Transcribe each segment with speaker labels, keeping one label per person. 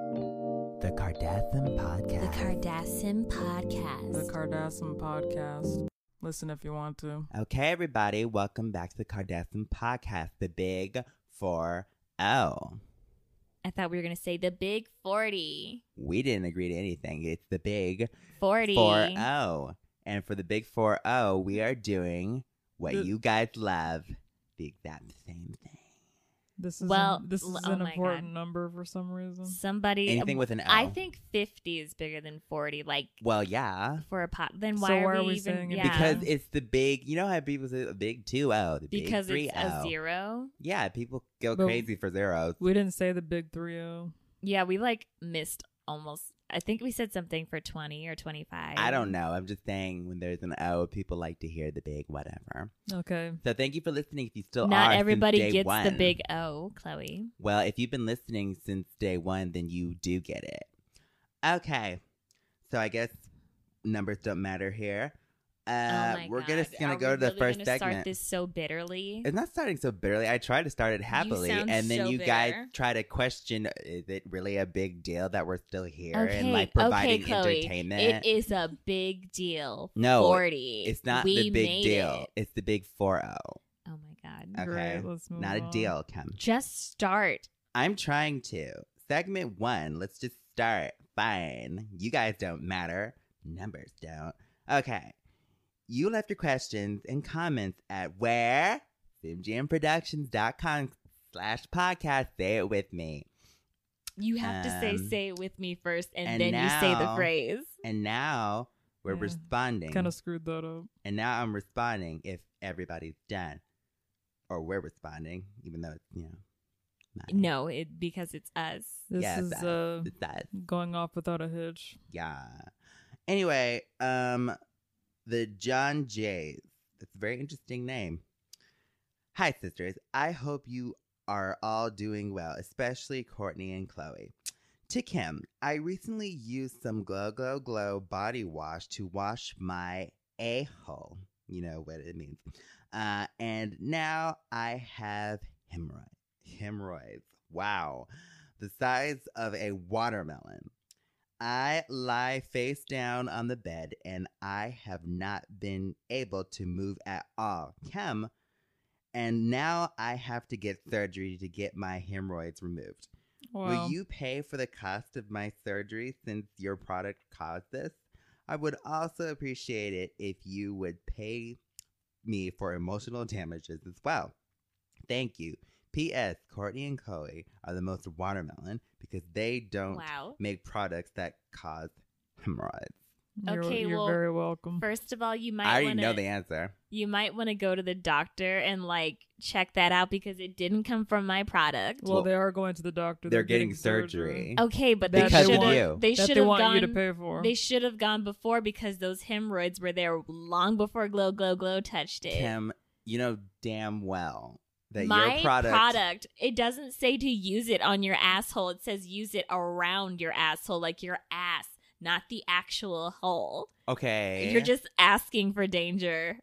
Speaker 1: The Cardassian Podcast.
Speaker 2: The Cardassian Podcast.
Speaker 3: The Cardassian Podcast. Listen if you want to.
Speaker 1: okay, everybody, welcome back to the Cardassian Podcast, the big oh. 4 0.
Speaker 2: I thought we were going to say the Big 40.
Speaker 1: We didn't agree to anything. It's the big
Speaker 2: 40.
Speaker 1: 4 0. And for the big 4 0, we are doing what
Speaker 3: The-
Speaker 1: you guys love the exact same thing.
Speaker 3: This is
Speaker 2: Well,
Speaker 3: this is
Speaker 2: l- oh
Speaker 3: an
Speaker 2: my God.
Speaker 3: important number for some reason.
Speaker 2: Somebody. uh,
Speaker 1: Anything with an O.
Speaker 2: I think 50 is bigger than 40. Like,
Speaker 1: Well, yeah.
Speaker 2: for a pot. Then
Speaker 3: So
Speaker 2: why are, we, even,
Speaker 3: saying it?
Speaker 2: yeah.
Speaker 1: Because it's the big, you know how people say the big 2 0, the big
Speaker 2: Because
Speaker 1: 3
Speaker 2: it's a zero.
Speaker 1: Yeah, people go
Speaker 3: But-
Speaker 1: crazy for zeros.
Speaker 3: We didn't say the big three oh. zero.
Speaker 2: Yeah, we like missed almost. I think we said something for 20 or 25.
Speaker 1: I don't know. I'm just saying when there's an O, people like to hear the big whatever.
Speaker 3: Okay,
Speaker 1: So thank you for listening. If you still are,
Speaker 2: Not
Speaker 1: since
Speaker 2: everybody
Speaker 1: day
Speaker 2: gets the
Speaker 1: one.
Speaker 2: big O, Chloe.
Speaker 1: Well, if you've been listening since day one, then you do get it. Okay, so I guess numbers don't matter here. Uh,
Speaker 2: oh my
Speaker 1: we're
Speaker 2: God.
Speaker 1: gonna just gonna
Speaker 2: Are
Speaker 1: go
Speaker 2: we
Speaker 1: to the
Speaker 2: really
Speaker 1: first
Speaker 2: gonna
Speaker 1: segment.
Speaker 2: Start this so bitterly.
Speaker 1: it's not starting so bitterly. I try to start it happily,
Speaker 2: sound
Speaker 1: and then
Speaker 2: so
Speaker 1: you guys
Speaker 2: bitter.
Speaker 1: try to question: Is it really a big deal that we're still here
Speaker 2: Okay,
Speaker 1: and
Speaker 2: okay,
Speaker 1: like providing
Speaker 2: Chloe.
Speaker 1: entertainment?
Speaker 2: It is a big deal.
Speaker 1: No,
Speaker 2: 40.
Speaker 1: Oh, It's not
Speaker 2: we
Speaker 1: the big
Speaker 2: made
Speaker 1: deal.
Speaker 2: it.
Speaker 1: It's the big four zero.
Speaker 2: Oh my God.
Speaker 1: Okay.
Speaker 3: great. Let's move.
Speaker 1: Not a
Speaker 3: on.
Speaker 1: deal, Kim.
Speaker 2: Just start.
Speaker 1: I'm trying to. Segment one, let's just start. Fine. You guys don't matter. Numbers don't. Okay. You left your questions and comments at where? FimGMProductions.com slash podcast. Say it with me.
Speaker 2: You have to say,
Speaker 1: Um,
Speaker 2: say it with me first, and,
Speaker 1: and
Speaker 2: then you say the
Speaker 1: now-
Speaker 2: phrase.
Speaker 1: And now we're
Speaker 3: Yeah.
Speaker 1: responding.
Speaker 3: Kind of screwed that up.
Speaker 1: and now I'm responding if everybody's done. Or we're responding, even though it's, you know. not-
Speaker 2: No, it, because it's us.
Speaker 3: This
Speaker 1: Yeah,
Speaker 3: is
Speaker 1: that-
Speaker 3: uh,
Speaker 1: It's us.
Speaker 3: going off without a hitch.
Speaker 1: Yeah. Anyway, um, the John Jays. That's a very interesting name. Hi, sisters. I hope you are all doing well, especially Courtney and Chloe. To Kim, I recently used some Glow Glow Glow body wash to wash my a hole. You know what it means. Uh, and now I have hemorrhoids. Hemorrhoids. Wow. The size of a watermelon. I lie face down on the bed and I have not been able to move at all. Kim, and now I have to get surgery to get my hemorrhoids removed.
Speaker 3: Wow.
Speaker 1: Will you pay for the cost of my surgery since your product caused this? I would also appreciate it if you would pay me for emotional damages as well. Thank you. P.S. Courtney and Chloe are the most watermelon because they don't
Speaker 2: Wow.
Speaker 1: make products that cause hemorrhoids.
Speaker 3: You're,
Speaker 2: Okay,
Speaker 3: you're
Speaker 2: well,
Speaker 3: very welcome.
Speaker 2: First of all, you might
Speaker 1: I already
Speaker 2: wanna,
Speaker 1: know the answer.
Speaker 2: you might want to go to the doctor and like check that out because it didn't come from my product.
Speaker 3: well,
Speaker 1: well,
Speaker 3: they are going to the doctor.
Speaker 1: They're getting surgery.
Speaker 2: okay, but
Speaker 3: That
Speaker 2: they
Speaker 3: they
Speaker 2: should
Speaker 3: want-
Speaker 2: have Oh, they
Speaker 3: that
Speaker 2: should
Speaker 3: they
Speaker 2: have
Speaker 3: want
Speaker 2: gone
Speaker 3: you to pay for.
Speaker 2: They should have gone before because those hemorrhoids were there long before Glow Glow Glow touched it.
Speaker 1: Kim, you know damn well that
Speaker 2: My
Speaker 1: your product,
Speaker 2: product, it doesn't say to use it on your asshole. It says use it around your asshole, like your ass, not the actual hole.
Speaker 1: Okay.
Speaker 2: You're just asking for danger.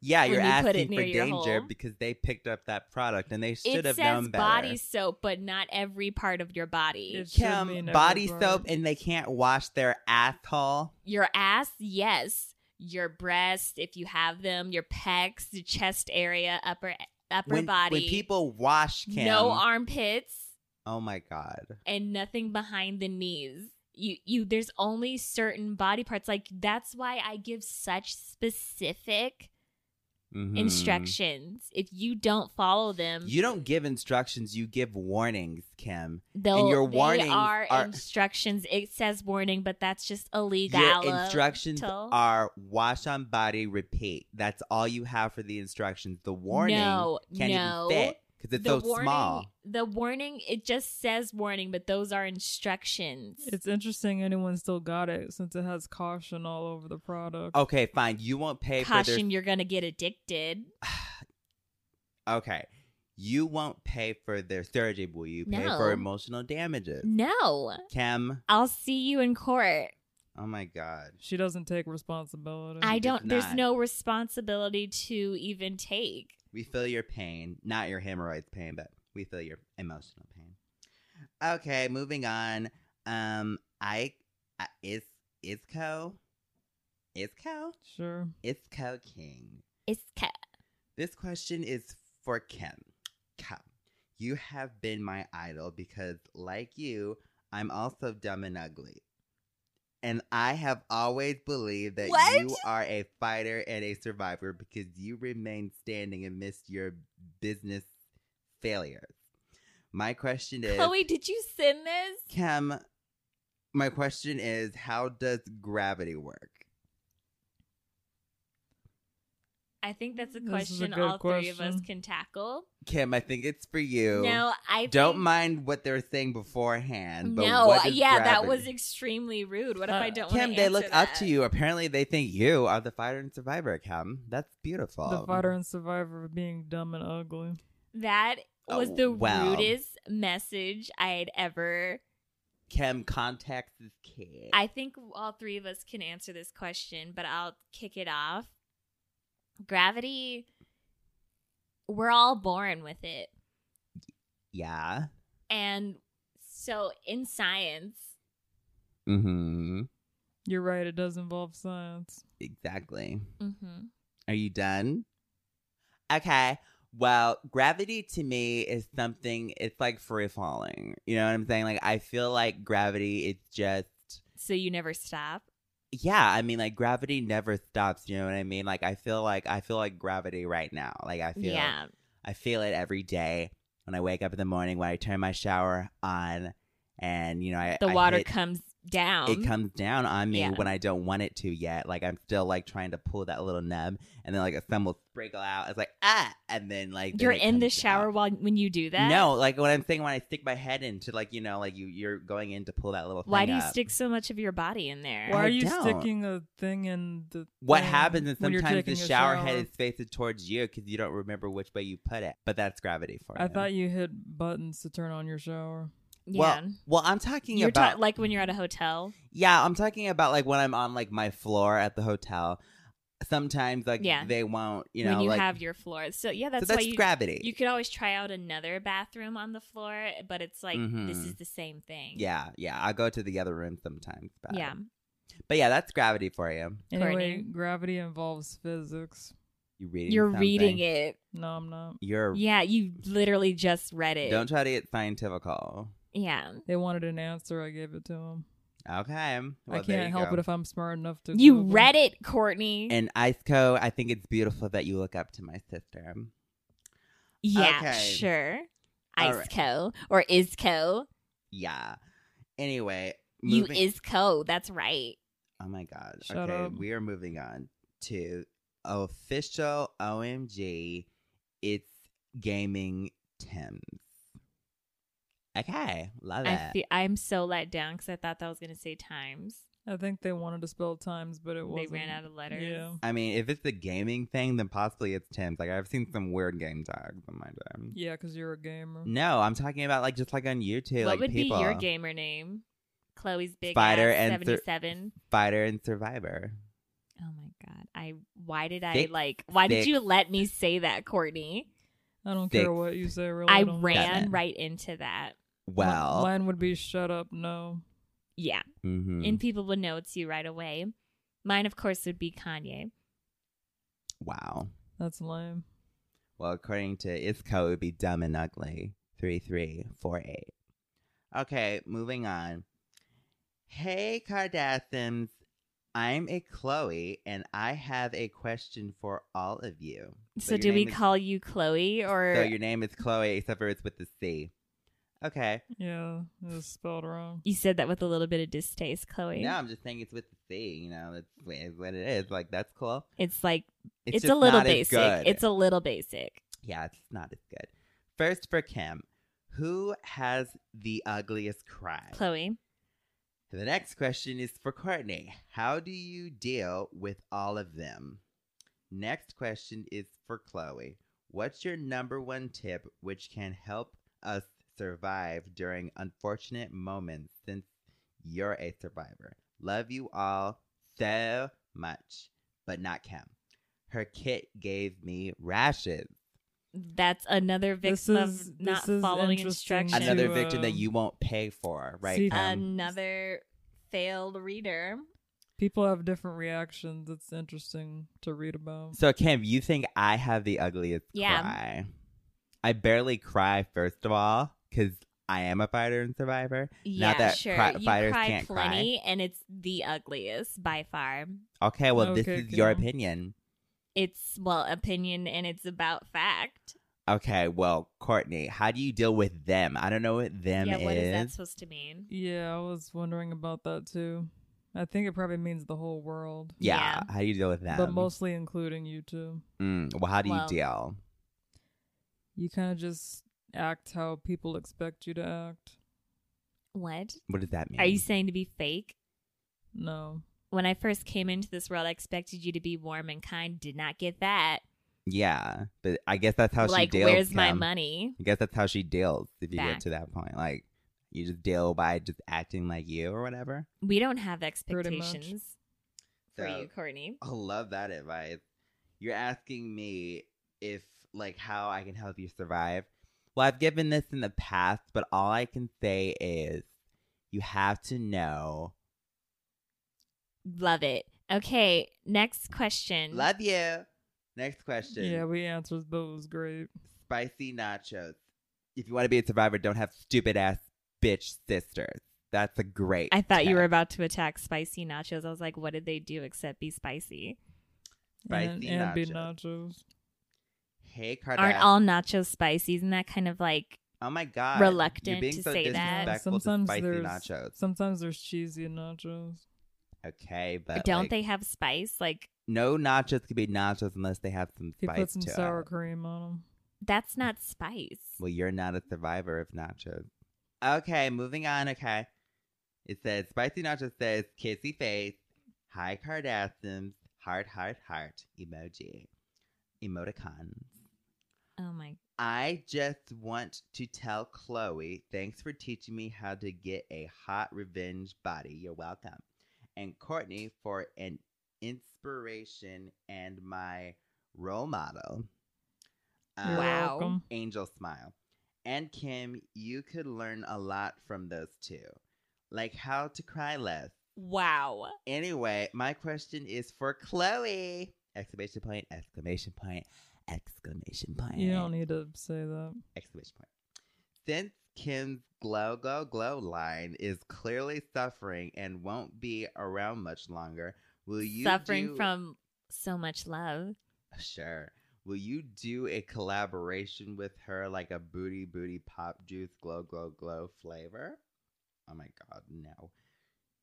Speaker 1: Yeah,
Speaker 2: when
Speaker 1: you're
Speaker 2: you put it
Speaker 1: asking
Speaker 2: near
Speaker 1: for
Speaker 2: your
Speaker 1: danger
Speaker 2: hole.
Speaker 1: because they picked up that product and they should
Speaker 2: it
Speaker 1: have
Speaker 2: says
Speaker 1: known better.
Speaker 2: body soap, but not every part of your body.
Speaker 3: It should mean
Speaker 1: Kim,
Speaker 3: every
Speaker 1: body
Speaker 3: part.
Speaker 1: soap and they can't wash their asshole.
Speaker 2: your ass, yes. Your breasts, if you have them, your pecs, the chest area, upper upper
Speaker 1: When,
Speaker 2: body.
Speaker 1: when people wash Kim,
Speaker 2: no armpits.
Speaker 1: oh my god,
Speaker 2: and nothing behind the knees. You you there's only certain body parts like that's why I give such specific
Speaker 1: Mhm.
Speaker 2: instructions. If you don't follow them,
Speaker 1: You don't give instructions; you give warnings, Kim.
Speaker 2: they'll,
Speaker 1: and your
Speaker 2: they
Speaker 1: warnings
Speaker 2: are,
Speaker 1: are-
Speaker 2: instructions. It says warning, but that's just illegal.
Speaker 1: Your instructions are wash on body, repeat. That's all you have for the instructions. The warning
Speaker 2: No,
Speaker 1: can't
Speaker 2: no.
Speaker 1: even fit because it's so small.
Speaker 2: The warning it just says warning, but those are instructions.
Speaker 3: It's interesting anyone still got it since it has caution all over the product.
Speaker 1: Okay, fine. You won't pay for
Speaker 2: Caution, you're gonna get addicted.
Speaker 1: their. Okay, you won't pay for their surgery. Will you pay
Speaker 2: No.
Speaker 1: for emotional damages?
Speaker 2: No,
Speaker 1: Kim,
Speaker 2: I'll see you in court.
Speaker 1: oh my god.
Speaker 3: She doesn't take responsibility.
Speaker 2: I
Speaker 1: It's
Speaker 2: don't. There's
Speaker 1: not.
Speaker 2: no responsibility to even take.
Speaker 1: We feel your pain, not your hemorrhoids pain, but we feel your emotional pain. Okay, moving on. Um, I, I is Isco, Isco,
Speaker 3: Sure.
Speaker 1: Isco King.
Speaker 2: It's ca-
Speaker 1: This question is for Kim. Kim, you have been my idol because, like you, I'm also dumb and ugly. And I have always believed that
Speaker 2: What?
Speaker 1: you are a fighter and a survivor because you remain standing amidst your business failures. My question is
Speaker 2: Chloe, did you send this?
Speaker 1: Kim, my question is how does gravity work?
Speaker 2: I think that's a
Speaker 3: This is a
Speaker 2: question
Speaker 3: good
Speaker 2: all three of us
Speaker 3: question.
Speaker 2: can tackle.
Speaker 1: Kim, I think it's for you.
Speaker 2: No, I
Speaker 1: Don't
Speaker 2: think-
Speaker 1: mind what they're saying beforehand. But
Speaker 2: No,
Speaker 1: what is
Speaker 2: yeah, that
Speaker 1: gravity?
Speaker 2: was extremely rude. What if
Speaker 3: Uh,
Speaker 2: I don't?
Speaker 1: Kim,
Speaker 2: wanna
Speaker 1: they
Speaker 2: answer
Speaker 1: look up
Speaker 2: that?
Speaker 1: to you. Apparently, they think you are the fighter and survivor, Kim. That's beautiful.
Speaker 3: The fighter and survivor of being dumb and ugly.
Speaker 2: That was
Speaker 1: Oh,
Speaker 2: the
Speaker 1: wow.
Speaker 2: rudest message I had ever.
Speaker 1: Kim contacts this kid.
Speaker 2: I think all three of us can answer this question, but I'll kick it off. Gravity. We're all born with it,
Speaker 1: yeah.
Speaker 2: and so in science,
Speaker 1: Mm-hmm.
Speaker 3: You're right. It does involve science.
Speaker 1: Exactly.
Speaker 2: Mhm.
Speaker 1: Are you done? Okay. Well, gravity to me is something. It's like free falling. You know what I'm saying? Like I feel like gravity. It's just
Speaker 2: so you never stop.
Speaker 1: yeah i mean like gravity never stops you know what i mean like i feel like i feel like gravity right now like i feel
Speaker 2: Yeah,
Speaker 1: i feel it every day when i wake up in the morning when i turn my shower on and you know i
Speaker 2: the
Speaker 1: I
Speaker 2: water
Speaker 1: hit-
Speaker 2: comes down.
Speaker 1: it comes down on me
Speaker 2: Yeah.
Speaker 1: when i don't want it to yet like i'm still like trying to pull that little nub and then like a thumb will sprinkle out it's like ah and then like then
Speaker 2: You're
Speaker 1: it
Speaker 2: in the
Speaker 1: comes
Speaker 2: shower
Speaker 1: out.
Speaker 2: while when you do that.
Speaker 1: no like what i'm saying when i stick my head into like you know like you you're going in to pull that little
Speaker 2: Why
Speaker 1: thing
Speaker 2: do you
Speaker 1: up.
Speaker 2: stick so much of your body in there?
Speaker 3: Why
Speaker 1: I
Speaker 3: are you
Speaker 1: don't.
Speaker 3: sticking a thing in the?
Speaker 1: What
Speaker 3: thing
Speaker 1: happens is
Speaker 3: when you're
Speaker 1: sometimes the
Speaker 3: taking a
Speaker 1: shower, head is facing towards you because you don't remember which way you put it. But that's gravity for
Speaker 3: I
Speaker 1: you.
Speaker 3: thought you hit buttons to turn on your shower.
Speaker 1: Well, well, I'm talking
Speaker 2: You're
Speaker 1: about
Speaker 2: ta- like when you're at a hotel.
Speaker 1: yeah, I'm talking about like when I'm on like my floor at the hotel. Sometimes like
Speaker 2: Yeah.
Speaker 1: they won't, you know,
Speaker 2: when you
Speaker 1: like
Speaker 2: have your floor. So yeah,
Speaker 1: so
Speaker 2: that's,
Speaker 1: that's
Speaker 2: why you
Speaker 1: gravity.
Speaker 2: you could always try out another bathroom on the floor, but it's like this
Speaker 1: Mhm.
Speaker 2: is the same thing.
Speaker 1: yeah, yeah. I go to the other room sometimes. But,
Speaker 2: Yeah.
Speaker 1: but yeah, that's gravity for you.
Speaker 3: Anyway,
Speaker 2: Courtney.
Speaker 3: gravity involves physics.
Speaker 1: You reading?
Speaker 2: You're
Speaker 1: something.
Speaker 2: reading it.
Speaker 3: No, I'm not.
Speaker 1: You're
Speaker 2: Yeah, you literally just read it.
Speaker 1: don't try to get scientific.
Speaker 2: yeah.
Speaker 3: They wanted an answer. I gave it to them.
Speaker 1: Okay, well, there
Speaker 3: I can't
Speaker 1: you
Speaker 3: help
Speaker 1: go.
Speaker 3: it if I'm smart enough to.
Speaker 2: You
Speaker 3: Google.
Speaker 2: read it, Courtney.
Speaker 1: And Ice Co, I think it's beautiful that you look up to my sister.
Speaker 2: yeah,
Speaker 1: okay.
Speaker 2: sure.
Speaker 1: All
Speaker 2: Ice
Speaker 1: right.
Speaker 2: Co or Isco.
Speaker 1: Yeah. Anyway,
Speaker 2: You
Speaker 1: moving-
Speaker 2: Isco. That's right.
Speaker 1: Oh my god.
Speaker 3: Shut
Speaker 1: okay,
Speaker 3: up.
Speaker 1: we are moving on to official OMG. It's gaming Tim's. Okay, love it.
Speaker 2: I feel, I'm so let down because I thought that was going to say times.
Speaker 3: I think they wanted to spell times, but it
Speaker 2: They
Speaker 3: wasn't.
Speaker 2: ran out of letters.
Speaker 3: Yeah.
Speaker 1: I mean, if it's the gaming thing, then possibly it's Tim's. Like I've seen some weird game tags on my time.
Speaker 3: Yeah, because you're a gamer.
Speaker 1: No, I'm talking about like just like on YouTube,
Speaker 2: what
Speaker 1: like
Speaker 2: would
Speaker 1: people
Speaker 2: be your gamer name? Chloe's big
Speaker 1: Spider
Speaker 2: ass
Speaker 1: and Thir-
Speaker 2: 77.
Speaker 1: fighter and survivor.
Speaker 2: oh my god. I why did I
Speaker 1: Six,
Speaker 2: like why did
Speaker 1: six.
Speaker 2: you let me say that, Courtney?
Speaker 3: I don't
Speaker 1: Six.
Speaker 3: care what you say. Really,
Speaker 2: I
Speaker 3: don't-
Speaker 1: Seven.
Speaker 2: ran right into that.
Speaker 3: Mi-
Speaker 1: Well,
Speaker 3: mine would be shut up. No,
Speaker 2: Yeah.
Speaker 1: mhm.
Speaker 2: And people would know it's you right away. Mine of course would be Kanye.
Speaker 1: wow.
Speaker 3: that's lame.
Speaker 1: Well, according to ISCO, it would be dumb and ugly. 3348. Okay, moving on. Hey, Kardashians. I'm a Chloe, and I have a question for all of you.
Speaker 2: So
Speaker 1: your
Speaker 2: do we
Speaker 1: name is-
Speaker 2: call you Chloe or
Speaker 1: So your name is Chloe, except for it's with the C. Okay.
Speaker 3: Yeah, it was spelled wrong.
Speaker 2: you said that with a little bit of distaste, Chloe.
Speaker 1: No, I'm just saying it's with the C. You know, that's what- it's what it is. Like, that's cool.
Speaker 2: It's like it's, a
Speaker 1: just
Speaker 2: little
Speaker 1: not as
Speaker 2: basic.
Speaker 1: good.
Speaker 2: It's a little basic.
Speaker 1: Yeah, it's not as good. First for Kim. Who has the ugliest cry?
Speaker 2: Chloe.
Speaker 1: The next question is for Courtney. How do you deal with all of them? Next question is for Chloe. What's your number one tip which can help us survive during unfortunate moments since you're a survivor? Love you all so much, but not Kim. Her kit gave me rashes.
Speaker 2: That's another
Speaker 3: This
Speaker 2: victim
Speaker 3: is-
Speaker 2: of not
Speaker 3: this is
Speaker 2: following
Speaker 3: interesting
Speaker 2: instructions.
Speaker 3: to,
Speaker 1: Another
Speaker 3: uh,
Speaker 1: victim that you won't pay for, right?
Speaker 3: see-
Speaker 1: Kim?
Speaker 2: another failed reader.
Speaker 3: People have different reactions. It's interesting to read about.
Speaker 1: So Kim, you think I have the ugliest
Speaker 2: Yeah.
Speaker 1: cry? I barely cry. First of all, because I am a fighter and survivor.
Speaker 2: Yeah,
Speaker 1: that
Speaker 2: sure.
Speaker 1: cry-
Speaker 2: you
Speaker 1: fighters
Speaker 2: cry
Speaker 1: can't cry.
Speaker 2: plenty, and it's the ugliest by far.
Speaker 1: Okay, well, this
Speaker 3: Okay,
Speaker 1: is your
Speaker 3: Kim.
Speaker 1: opinion.
Speaker 2: It's well opinion, and it's about fact.
Speaker 1: Okay, well, Courtney, how do you deal with them? I don't know what them
Speaker 2: yeah,
Speaker 1: is.
Speaker 2: what is that supposed to mean?
Speaker 3: Yeah, I was wondering about that too. I think it probably means the whole world,
Speaker 1: yeah,
Speaker 2: Yeah.
Speaker 1: how do you deal with them?
Speaker 3: but mostly including you two.
Speaker 1: Mm, well, how do you
Speaker 2: Well-
Speaker 1: deal?
Speaker 3: You kind of just act how people expect you to act.
Speaker 2: What
Speaker 1: What does that mean?
Speaker 2: are you saying to be fake?
Speaker 3: No.
Speaker 2: When I first came into this world, I expected you to be warm and kind. Did not get that.
Speaker 1: yeah, but I guess that's how
Speaker 2: like,
Speaker 1: she deals.
Speaker 2: where's my
Speaker 1: Kim.
Speaker 2: money?
Speaker 1: I guess that's how she deals. If you get
Speaker 2: Fact.
Speaker 1: to that point, like you just deal by just acting like you or whatever.
Speaker 2: We don't have
Speaker 3: much.
Speaker 2: expectations for
Speaker 1: So-
Speaker 2: you, Courtney.
Speaker 1: I love that advice. You're asking me if, like, how I can help you survive. Well, I've given this in the past, but all I can say is you have to know.
Speaker 2: Love it. Okay, next question.
Speaker 1: Love you. Next question.
Speaker 3: Yeah, we answered, but it was great.
Speaker 1: Spicy nachos. If you want to be a survivor, don't have stupid ass bitch sisters. That's a great.
Speaker 2: I thought you
Speaker 1: tip.
Speaker 2: were about to attack spicy nachos. I was like, what did they do except be spicy?
Speaker 3: And,
Speaker 1: Spicy
Speaker 3: and be
Speaker 1: nachos.
Speaker 3: nachos.
Speaker 1: Hey, Kardashian.
Speaker 2: Aren't all nachos spicy? Isn't that kind of like
Speaker 1: Oh my god! You're
Speaker 2: reluctant
Speaker 1: being
Speaker 2: to
Speaker 1: so
Speaker 2: say that.
Speaker 3: Yeah,
Speaker 1: disrespectful to
Speaker 3: sometimes
Speaker 1: spicy
Speaker 3: there's
Speaker 1: nachos.
Speaker 3: sometimes there's cheesy nachos.
Speaker 1: Okay, but
Speaker 2: don't
Speaker 1: like,
Speaker 2: they have spice? Like
Speaker 1: No nachos could be nachos unless they have some
Speaker 3: If you
Speaker 1: spice
Speaker 3: put some
Speaker 1: to
Speaker 3: sour
Speaker 1: it.
Speaker 3: cream on them.
Speaker 2: that's not spice.
Speaker 1: Well, you're not a survivor of nachos. Okay, moving on. Okay, it says spicy nachos says kissy face, hi Kardashians, heart heart heart emoji, emoticons.
Speaker 2: Oh my
Speaker 1: I just want to tell Chloe, thanks for teaching me how to get a hot revenge body. You're welcome. And Courtney for an inspiration and my role model.
Speaker 3: You're
Speaker 1: Um,
Speaker 2: Wow.
Speaker 3: welcome.
Speaker 1: Angel smile. And Kim, you could learn a lot from those two, like how to cry less.
Speaker 2: wow.
Speaker 1: Anyway, my question is for Chloe! Exclamation point! Exclamation point! Exclamation point!
Speaker 3: You don't need to say that.
Speaker 1: exclamation point. Since Kim's glow, glow, glow line is clearly suffering and won't be around much longer, will you
Speaker 2: Suffering
Speaker 1: do-
Speaker 2: from so much love.
Speaker 1: sure? Will you do a collaboration with her like a booty booty pop juice glow glow glow flavor? Oh my god, no.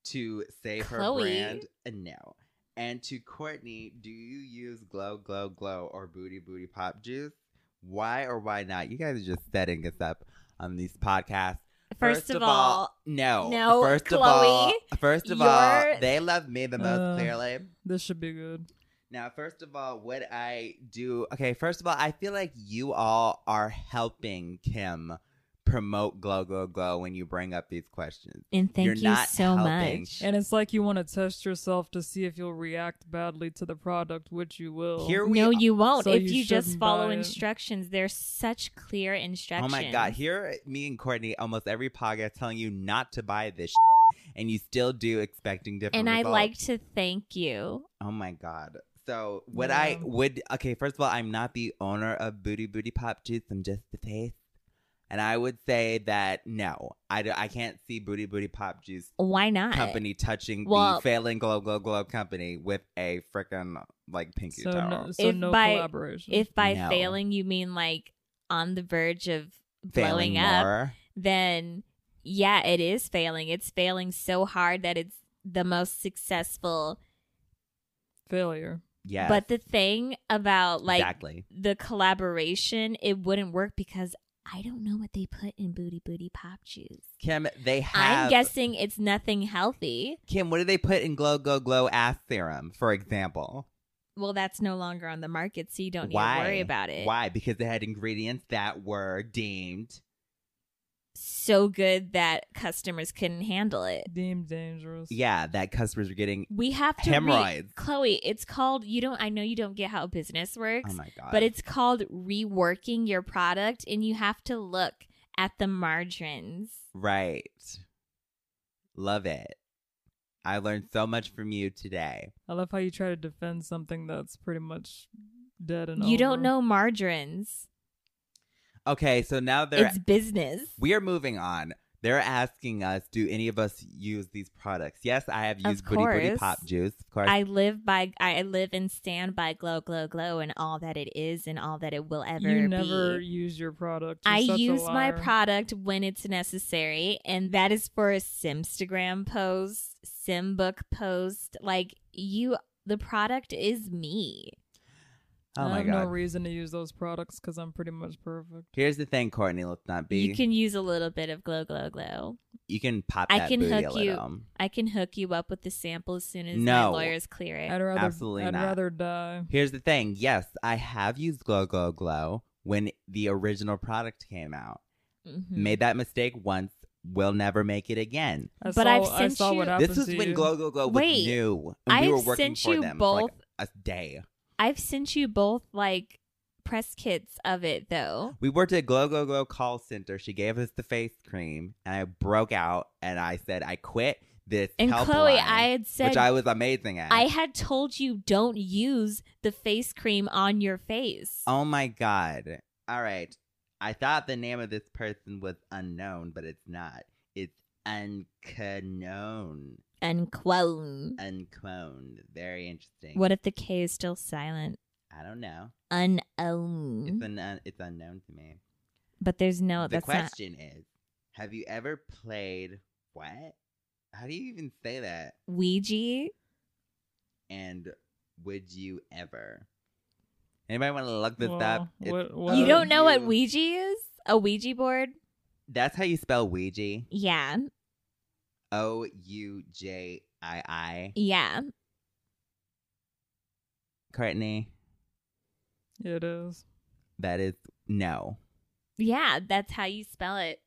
Speaker 1: To save her
Speaker 2: Chloe?
Speaker 1: brand? Uh, No. And to Courtney, do you use glow glow glow or booty booty pop juice? Why or why not? You guys are just setting us up on these podcasts.
Speaker 2: First, of, all,
Speaker 1: no.
Speaker 2: no,
Speaker 1: first
Speaker 2: Chloe,
Speaker 1: of all, first of all,
Speaker 2: you're-
Speaker 1: they love me the most
Speaker 3: Ugh.
Speaker 1: clearly.
Speaker 3: This should be good.
Speaker 1: Now, first of all, what I do, okay, first of all, I feel like you all are helping Kim promote Glow Glow Glow when you bring up these questions.
Speaker 2: and thank
Speaker 1: You're
Speaker 2: you
Speaker 1: not
Speaker 2: so
Speaker 1: helping.
Speaker 2: much.
Speaker 3: And it's like you want to test yourself to see if you'll react badly to the product, which you will.
Speaker 1: Here we
Speaker 2: no, you won't.
Speaker 3: So
Speaker 2: if
Speaker 3: you
Speaker 2: you, just
Speaker 3: shouldn't
Speaker 2: follow
Speaker 3: buy it.
Speaker 2: instructions, there's such clear instructions.
Speaker 1: Oh my god, here me and Courtney almost every podcast telling you not to buy this and you still do expecting different
Speaker 2: And I
Speaker 1: results.
Speaker 2: like to thank you.
Speaker 1: Oh my god. So what
Speaker 3: Yeah.
Speaker 1: I would okay, first of all, I'm not the owner of Booty Booty Pop Juice. I'm just the face, and I would say that no, I, d- I can't see Booty Booty Pop Juice
Speaker 2: Why not?
Speaker 1: company touching the
Speaker 2: Well-
Speaker 1: failing Glow Glow Glow company with a freaking like pinky
Speaker 3: so
Speaker 1: towel.
Speaker 3: no, so
Speaker 2: If
Speaker 3: no
Speaker 2: by-
Speaker 3: collaboration.
Speaker 2: If by
Speaker 1: No.
Speaker 2: failing you mean like on the verge of blowing
Speaker 1: failing
Speaker 2: up,
Speaker 1: more.
Speaker 2: then yeah, it is failing. It's failing so hard that it's the most successful.
Speaker 3: failure.
Speaker 1: Yeah,
Speaker 2: But the thing about like
Speaker 1: exactly.
Speaker 2: the collaboration, it wouldn't work because I don't know what they put in booty booty pop juice.
Speaker 1: Kim, they
Speaker 2: I'm
Speaker 1: have.
Speaker 2: guessing it's nothing healthy.
Speaker 1: Kim, what do they put in Glow Glow Glow ass serum, for example?
Speaker 2: Well, that's no longer on the market, so you don't need
Speaker 1: Why?
Speaker 2: to worry about it.
Speaker 1: Why? Because they had ingredients that were deemed
Speaker 2: so good that customers couldn't handle it.
Speaker 3: Deemed dangerous.
Speaker 1: Yeah, that customers are getting.
Speaker 2: We have to
Speaker 1: Hemorrhoids.
Speaker 2: Re- Chloe, it's called you don't I know you don't get how business works,
Speaker 1: Oh my god!
Speaker 2: but it's called reworking your product and you have to look at the margins.
Speaker 1: right. Love it. I learned so much from you today.
Speaker 3: I love how you try to defend something that's pretty much dead and
Speaker 2: You don't
Speaker 3: over.
Speaker 2: know margins.
Speaker 1: Okay, so now they're
Speaker 2: it's business.
Speaker 1: we are moving on. They're asking us, do any of us use these products? Yes, I have
Speaker 2: Of
Speaker 1: used Booty Booty
Speaker 2: course.
Speaker 1: Pop Juice, of course.
Speaker 2: I live by I live and stand by glow glow glow and all that it is and all that it will ever
Speaker 3: You
Speaker 2: be.
Speaker 3: never use your product. You're
Speaker 2: I
Speaker 3: such a
Speaker 2: use my
Speaker 3: liar.
Speaker 2: product when it's necessary, and that is for a Simstagram post, Simbook post. Like you, the product is me.
Speaker 1: oh
Speaker 3: I
Speaker 1: my
Speaker 3: have
Speaker 1: god.
Speaker 3: no reason to use those products because I'm pretty much perfect.
Speaker 1: Here's the thing, Courtney, let's not be
Speaker 2: You can use a little bit of glow, glow, glow.
Speaker 1: you can pop
Speaker 2: I
Speaker 1: that
Speaker 2: can
Speaker 1: booty a
Speaker 2: hook you-
Speaker 1: little.
Speaker 2: I can hook you up with the sample as soon as my
Speaker 1: No.
Speaker 2: lawyers clear it.
Speaker 3: I'd rather
Speaker 1: Absolutely
Speaker 3: I'd
Speaker 1: not.
Speaker 3: rather die.
Speaker 1: Here's the thing. Yes, I have used Glow Glow Glow when the original product came out.
Speaker 2: Mhm.
Speaker 1: Made that mistake once, will never make it again.
Speaker 3: I
Speaker 2: But
Speaker 3: saw,
Speaker 2: I've
Speaker 3: I
Speaker 2: sent
Speaker 3: saw what
Speaker 2: you-
Speaker 3: happened
Speaker 1: this was
Speaker 3: to
Speaker 1: when
Speaker 3: you.
Speaker 1: Glow Glow Glow was
Speaker 2: Wait,
Speaker 1: new. And we
Speaker 2: I've
Speaker 1: were working
Speaker 2: sent
Speaker 1: for
Speaker 2: you
Speaker 1: them for like
Speaker 2: both-
Speaker 1: a day.
Speaker 2: I've sent you both like press kits of it though.
Speaker 1: We worked at Glow Glow Glow call center. She gave us the face cream, and I broke out, and I said I quit this.
Speaker 2: And
Speaker 1: helpline,
Speaker 2: Chloe, I had
Speaker 1: which
Speaker 2: said
Speaker 1: I was amazing at.
Speaker 2: I had told you don't use the face cream on your face.
Speaker 1: oh my god! All right, I thought the name of this person was unknown, but it's not. It's unknown,
Speaker 2: and quone.
Speaker 1: uncloned. Very interesting.
Speaker 2: What if the K is still silent?
Speaker 1: I don't know. It's
Speaker 2: Unown.
Speaker 1: an uh, it's unknown to me.
Speaker 2: But there's Hmm? no.
Speaker 1: the
Speaker 2: that's
Speaker 1: question is, have you ever played what? How do you even say that?
Speaker 2: not Ouija.
Speaker 1: and would you ever? Anybody want to look this up?
Speaker 3: Well,
Speaker 1: It's
Speaker 3: what- what-
Speaker 2: you
Speaker 3: Uh,
Speaker 2: don't know what
Speaker 1: OU.
Speaker 2: Ouija is? A Ouija board?
Speaker 1: That's how you spell Ouija.
Speaker 2: Yeah,
Speaker 1: O U J I I.
Speaker 2: yeah.
Speaker 1: Courtney,
Speaker 3: It is.
Speaker 1: that is no,
Speaker 2: Yeah, that's how you spell it.